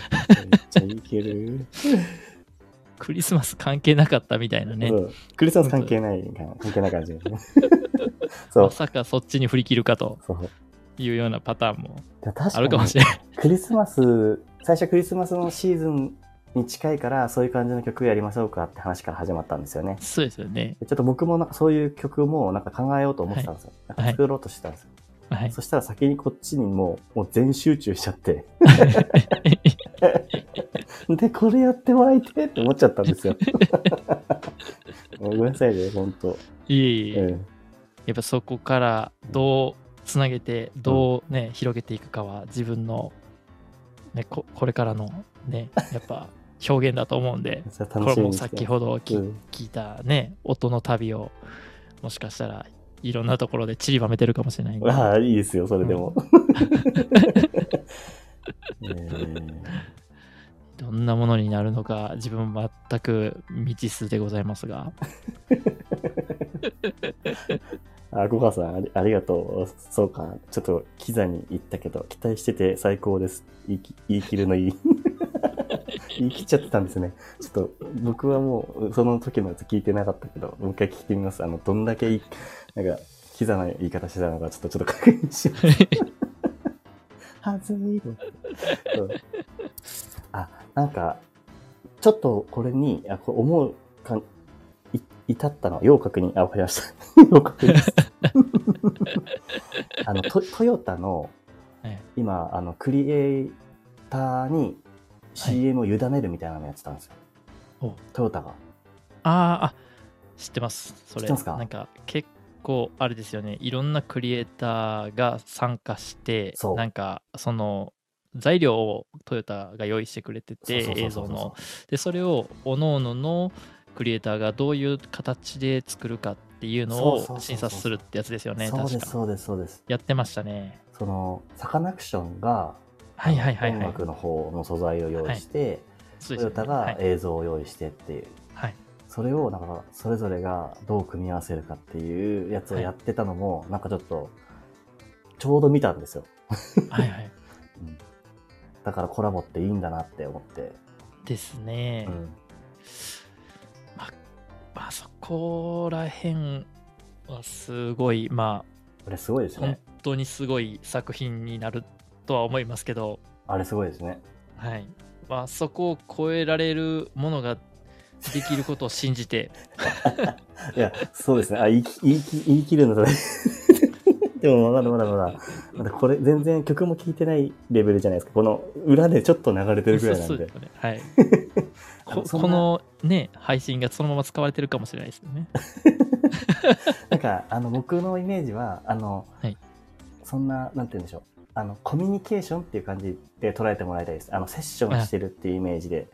S1: ちゃいける。
S2: クリスマス関係なかったみたいなね、
S1: そうクリスマス関係ない、関係ない感じですね。そう
S2: ま。さかそっちに振り切るかと
S1: そう
S2: いうようなパターンも
S1: でも確
S2: あるか
S1: か
S2: も
S1: に
S2: しれない。
S1: クリスマス、最初クリスマスのシーズンに近いから、そういう感じの曲やりましょうかって話から始まったんですよね。
S2: そうですよね。
S1: でちょっと僕もなんかそういう曲もなんか考えようと思ってたんですよ。なんか作ろうとしてたんですよ。
S2: はい。
S1: そしたら先にこっちにもうもう全集中しち ゃって。で、これやってもらいてえって思っちゃった んですよ。ごめんなさいね、ほんと。
S2: いえいえ、
S1: うん
S2: やっぱそこからどうつなげて、どうね、広げていくかは自分の、ね、ここれからのね、やっぱ表現だと思うんで、
S1: それ
S2: こ
S1: 楽
S2: れ
S1: しみ
S2: も
S1: にして
S2: 先ほどき
S1: うん
S2: 聞いたね、音の旅を、もしかしたらいろんなところで散りばめてるかもしれないんで。
S1: ああ、いいですよ、それ でも。ね
S2: どんなものになるのか、自分全く未知数でございますが。
S1: えあ、ごはさんあり、ありがとう。そうか。ちょっと、キザに言ったけど、期待してて最高です。言いき言い切るのいい。 言い切っちゃってたんですね。ちょっと、僕はもう、その時のやつ聞いてなかったけど、もう一回聞いてみます。あの、どんだけいい、なんか、キザな言い方してたのか、ちょっと、ちょっと確認します。はずいの。うんあ、なんか、ちょっとこれに、あこう思うかんい、至ったのは、洋角に、あ、わかりました。 洋角です。 あのト、トヨタの
S2: はい、
S1: 今、あの、クリエイターに CM を委ねるみたいなのやってたんですよ。
S2: お
S1: トヨタが。
S2: あーあ、知ってます。そ
S1: 知
S2: れ、
S1: ってますか
S2: なんか結構あれですよね。いろんなクリエイターが参加して
S1: そう、
S2: なんかその材料をトヨタが用意してくれて
S1: そう
S2: て、
S1: そ
S2: 映
S1: うそう
S2: 像
S1: そう
S2: の。で、それを各々のクリエイターがどういう形で作るかっていうの
S1: そうそうそうそう
S2: を審査するってやつですよね。
S1: そうで
S2: 確か。
S1: す、そうです、そうです。
S2: やってましたね。
S1: その、サカナクションが、
S2: はいはいはい
S1: 音
S2: はい。
S1: 楽の方の素材を用意して、
S2: そうですよ
S1: トヨタ
S2: ねは
S1: が
S2: い
S1: 映像を用意してっていう。
S2: はい
S1: それをなんかそれぞれがどう組み合わせるかっていうやつをやってたのも、なんかちょっとちょうど見たんですよ、
S2: はいはい。
S1: うんだからコラボっていいんだなって思って、
S2: ですね。
S1: うん
S2: まあそこら辺はすごい、ま
S1: あれすごいです
S2: あ本
S1: ね
S2: 当にすごい作品になるとは思いますけど、
S1: あれすごいですね
S2: はい。まあそこを超えられるものができることを信じて、
S1: いやそうですねあ言いき言いき言い切るのだね でもまだまだまだまだこれ全然曲も聴いてないレベルじゃないですかこの裏でちょっと流れてるぐらいなん
S2: そう
S1: で
S2: です よね。はい。
S1: あ
S2: こ
S1: のそん
S2: こ
S1: な
S2: のね、配信がそのまま使われてるかもしれないですよ ね。
S1: なんかあの僕のイメージはあの、
S2: はい
S1: そんななんて言うんでしょうあのコミュニケーションっていう感じで捉えてもらいたいですあのセッションしてるっていうイメージで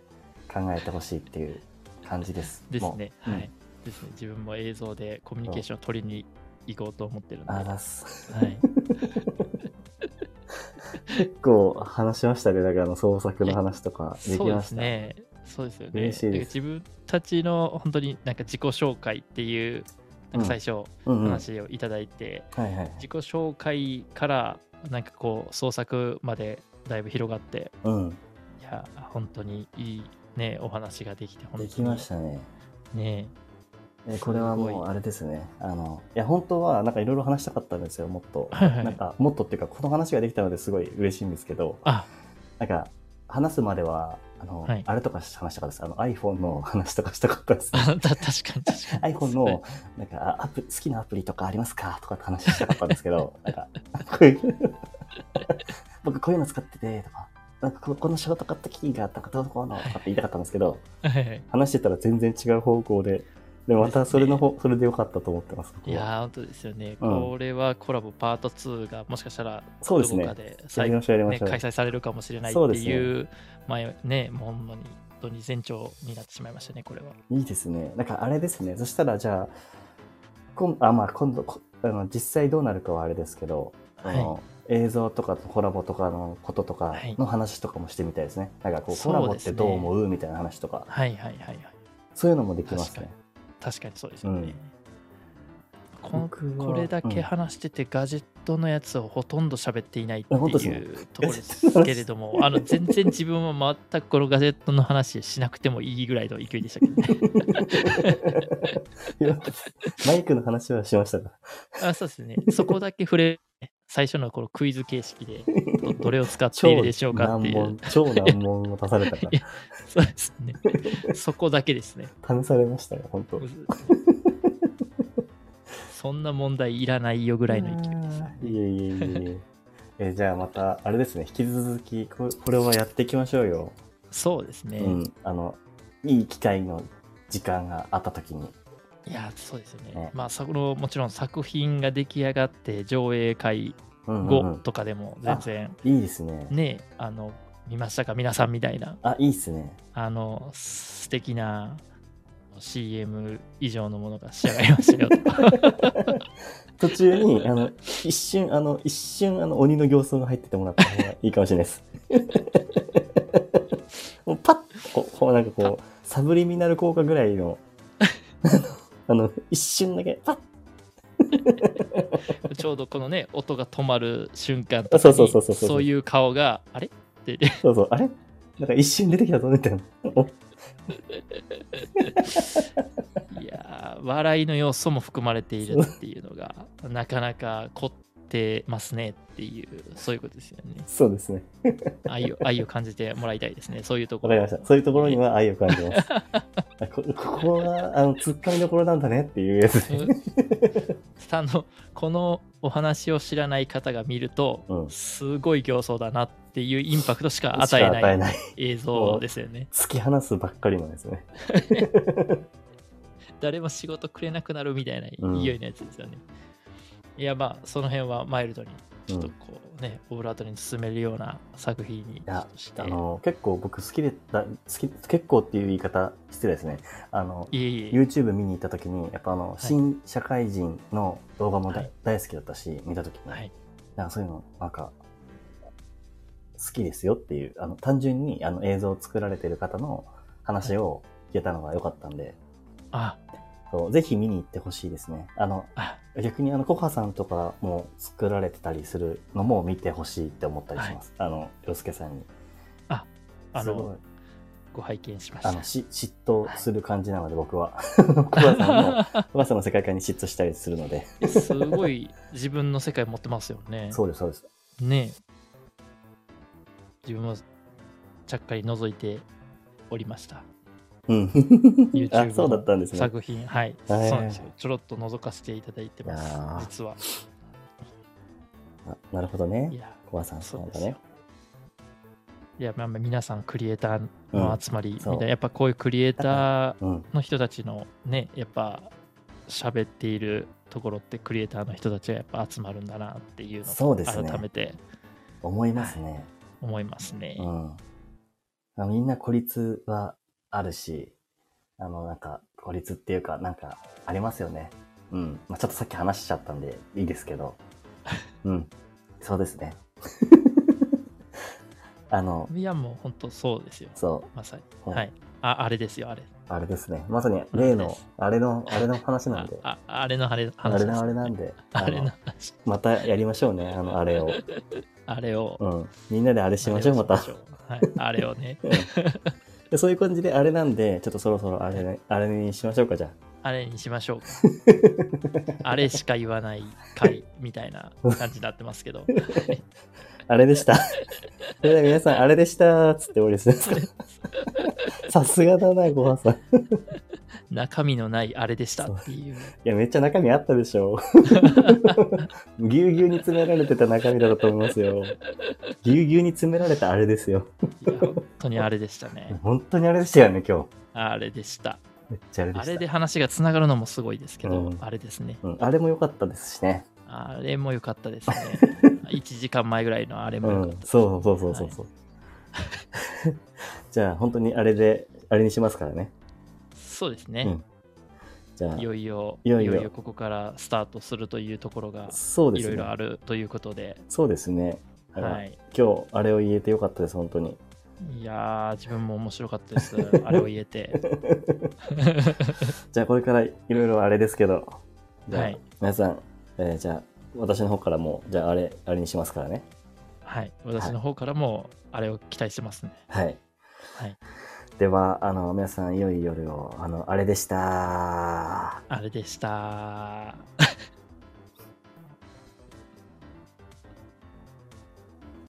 S1: 考えてほしいっていう感じです
S2: です
S1: も
S2: ね。
S1: う
S2: はい。ですね。自分も映像でコミュニケーションを取りに行こうと思ってるん
S1: う
S2: で。
S1: あ
S2: は
S1: ざっす
S2: い。
S1: 結構話しましたねだからあの創作の話とかでき
S2: そう
S1: ま
S2: で
S1: し
S2: す
S1: た
S2: ね。そうですよね。
S1: 嬉しい
S2: な
S1: です
S2: んか自分たちの本当になんか自己紹介っていう、なんか最初
S1: うんうん、はい
S2: 話をいただいて、
S1: はいはい
S2: 自己紹介からなんかこう創作までだいぶ広がって、
S1: うん
S2: いや、本当にいいね、お話ができて、本当
S1: で
S2: に
S1: きましたね
S2: ね。
S1: えこれは
S2: す
S1: も
S2: ご
S1: う
S2: い
S1: あれですねあのいや本当はなんかいろいろ話したかったんですよもっと、
S2: はいはい
S1: なんかもっとっていうかこの話ができたのですごい嬉しいんですけど
S2: あ、
S1: なんか、話すまでは、あの、
S2: はい
S1: あれとか話したかったです。あの、iPhone の話とかしたかった です。
S2: あた確かに確かに。
S1: iPhone の、なんか、あアプ好きなアプリとかありますかとかって話したかったんですけ ど、なんか、こういう 僕こういうの使ってて、とか、なんかこ、このショートカットキーがとか、どうのこうのとかって言いたかったんですけど、
S2: はいはい
S1: 話してたら全然違う方向で、で、またそれの方、それでよかったと思ってます。僕
S2: い
S1: は
S2: やー、本当ですよね。
S1: うん
S2: これはコラボパート2がもしかしたら
S1: そうです
S2: どこか
S1: ね。
S2: で
S1: や
S2: 最
S1: り
S2: 後
S1: ましょう、やりま
S2: ね、
S1: しょう。
S2: 開催されるかもしれないって
S1: そうですね
S2: いう、まあね、もうほんまに、本当に前兆になってしまいましたね、これは。
S1: いいですね。なんかあれですね。そしたらじゃあ、今あまあ、今度こあの、実際どうなるかはあれですけど、あの映像とかとコラボとかのこととか
S2: はい
S1: の話とかもしてみたいですね。なんかこう、コ
S2: そうですね
S1: ラボってどう思うみたいな話とか、
S2: はいはいはいはい。
S1: そういうのもできますね。
S2: 確かにそうですよね。こん
S1: 僕は
S2: これだけ話してて、ガジェットのやつをほとんど喋っていないってい
S1: いや本当です
S2: うところですけれども、あの全然自分は全くこのガジェットの話しなくてもいいぐらいの勢いでしたけどね。
S1: いやマイクの話はしましたが、
S2: あそうですね。そこだけ触れ、最初のこのクイズ形式で、ど どれを使っているでしょうかっ
S1: 難
S2: ていう
S1: 問、。超難問を出されたか
S2: いやそうですね。そこだけです ね。
S1: ら、試されましたよ、本当。
S2: そんな問題いらないよぐらいの勢いです。
S1: いえいえいえいえ。えじゃあまた、あれですね、引き続きこ、これはやっていきましょうよ。
S2: そうですね。
S1: うん、あのいい機会の時間があった時に
S2: いや、そうですよね。
S1: ね
S2: まあ、そこの、もちろん作品が出来上がって、上映会
S1: うんうんう
S2: 後
S1: ん
S2: とかでも全然、
S1: いいですね
S2: ね、あの、見ましたか皆さんみたいな
S1: あ、いいっすね。
S2: あの素敵な CM 以上のものが仕上がりましたよと
S1: 途 中に、あの、一瞬、あの、一瞬、あの、鬼の形相が入っててもらった方がいいかもしれな いです。もうパッとこう、こうなんかこう、サブリミナル効果ぐらいの、あの、あの一瞬だけ、パッ
S2: ちょうどこのね音が止まる瞬間とか
S1: そう
S2: に
S1: そうそうそうそう
S2: そういう顔があれって
S1: そうそう、あれなんか一瞬出てきたぞみたいな。
S2: いやー笑いの要素も含まれているっていうのがなかなか凝ってますねっていうそういうことですよね
S1: そうですね。
S2: 愛 を愛を感じてもらいたいですねそういうとこ
S1: わかり
S2: ろ
S1: ました。そういうところには愛を感じ ます。あこここが、あの、突っかみどころなんだねっていうやつ。
S2: うん あのこのお話を知らない方が見ると、
S1: うん
S2: すごい形相だなっていうインパクトしか与え
S1: しか与
S2: な
S1: え
S2: い
S1: ない。
S2: 映像ですよね
S1: 突き放すばっかりのですね。
S2: 誰も仕事くれなくなるみたいな
S1: うん
S2: 勢いのやつですよね。いやまあその辺はマイルドにちょっとこうね、オブラートに包めるような作品にちょっとして
S1: あの、結構僕好きで、だ好き、結構っていう言い方、失礼ですね。あの、
S2: いえいえ
S1: YouTube 見に行った時に、やっぱあの、新社会人の動画もだ、
S2: はい
S1: 大好きだったし、見た時に、
S2: はい
S1: なんかそういうの、なんか、好きですよっていう、あの、単純にあの映像を作られてる方の話を聞けたのが良かったんで、
S2: あ
S1: そうぜひ見に行ってほしいですね。あの、
S2: あ
S1: 逆にあの、コハさんとかも作られてたりするのも見てほしいって思ったりします。あの、洋介さんに。
S2: あ
S1: すご
S2: の
S1: い
S2: ご拝見しまし
S1: あ
S2: た
S1: の、し嫉妬する感じなので、僕は。 コハさ んの、コハさんの世界観に嫉妬したりするので。
S2: すごい自分の世界持ってますよね
S1: そうです、そうです。
S2: ねえ自分もちゃっかり覗いておりました
S1: うん。
S2: YouTube
S1: あ、そうだったんですね。
S2: 作品はい、
S1: はい
S2: そうなんですよちょろっと覗かせていただいてま
S1: いやー
S2: す実は
S1: あなるほど
S2: い
S1: ね。
S2: や
S1: コハさん、
S2: そ
S1: そうう
S2: で
S1: だ
S2: すよ
S1: ね。。
S2: いや、まあ、まあ皆さんクリエイターの集まりみたいな、
S1: うんそう
S2: やっぱこういうクリエイター
S1: うん。
S2: の人たちのね、やっぱ喋っているところってクリエイターの人たちがやっぱ集まるんだなっていうの
S1: そう
S2: を
S1: ですね
S2: 改めて
S1: 思いますね。
S2: 思いますね。
S1: うん。あみんな孤立はあるし、あの、なんか、孤立っていうか、なんか、ありますよね。うん。まあ、ちょっとさっき話しちゃったんで、いいです けど。うん。そうですね。 あの、
S2: いや、もう本当そうですよ。
S1: そ
S2: まさに。
S1: うん
S2: はい。ああれですよ、あれ。
S1: う、あれですね。まさに、例
S2: そうで
S1: の
S2: す、
S1: あれの、あれの話なん
S2: あ
S1: で。
S2: ああれのあれ
S1: あ
S2: 話
S1: れ
S2: です
S1: のあれなんで、
S2: あれ
S1: の
S2: の話。
S1: またやりましょうね、あの、あれを。
S2: あれを。
S1: うん。みんなであれしましょう、ま
S2: あれ
S1: た
S2: を。しょうはい、あれをね、
S1: でそういう感じであれなんで、ちょっとそろそろあれ,、あれにしましょうか、じゃ
S2: あれにしましょうか。 あれしか言わない回みたいな感じになってますけ ど。
S1: あ。あれでした。それでは皆さん、あれでしたっつって終わりですね。さすがだな、ごはさん。い
S2: 中身のないあれでしたっていう。
S1: や、めっちゃ中身あったでしょ。ぎゅうぎゅうに詰められてた中身だったと思いますよ。ぎゅうぎゅうに詰められたあれですよ。
S2: いや本当にあれでしたね。
S1: 本当にあれでしたよね、今日。
S2: あれでした。
S1: めっちゃあれで
S2: あ
S1: した。
S2: れで話がつながるのもすごいですけど、
S1: うん
S2: あれですね。
S1: うん、あれも良かったですしね。
S2: あれも良かった ですね。1時間前ぐらいのあれ
S1: う
S2: も良かっ
S1: ん、そうそうそうそうそう。じゃあ、本当にあれで、あれにしますからね。
S2: た。そうですね。
S1: うんじゃあ
S2: い、よいよ、い
S1: いよ
S2: よ
S1: いよ
S2: いよここからスタートするというところが、
S1: そうで
S2: い
S1: す
S2: ろ
S1: ね。
S2: いろあるということで、
S1: そうですね。
S2: は
S1: はい、
S2: い。
S1: 今日あれを言えてよかったです、本当に。
S2: いやー、自分も面白かったです。あれを言えて。
S1: じゃあこれからいろいろあれですけど、じゃあ、
S2: はい
S1: 皆さん、えーじゃあ私の方からも、じゃああれ、あれにしますからね。
S2: はい、私の方からもあれを期待してますね。
S1: はい。
S2: はい、
S1: では、あの、皆さん、良い夜を、あの、あれでした。
S2: あれでした。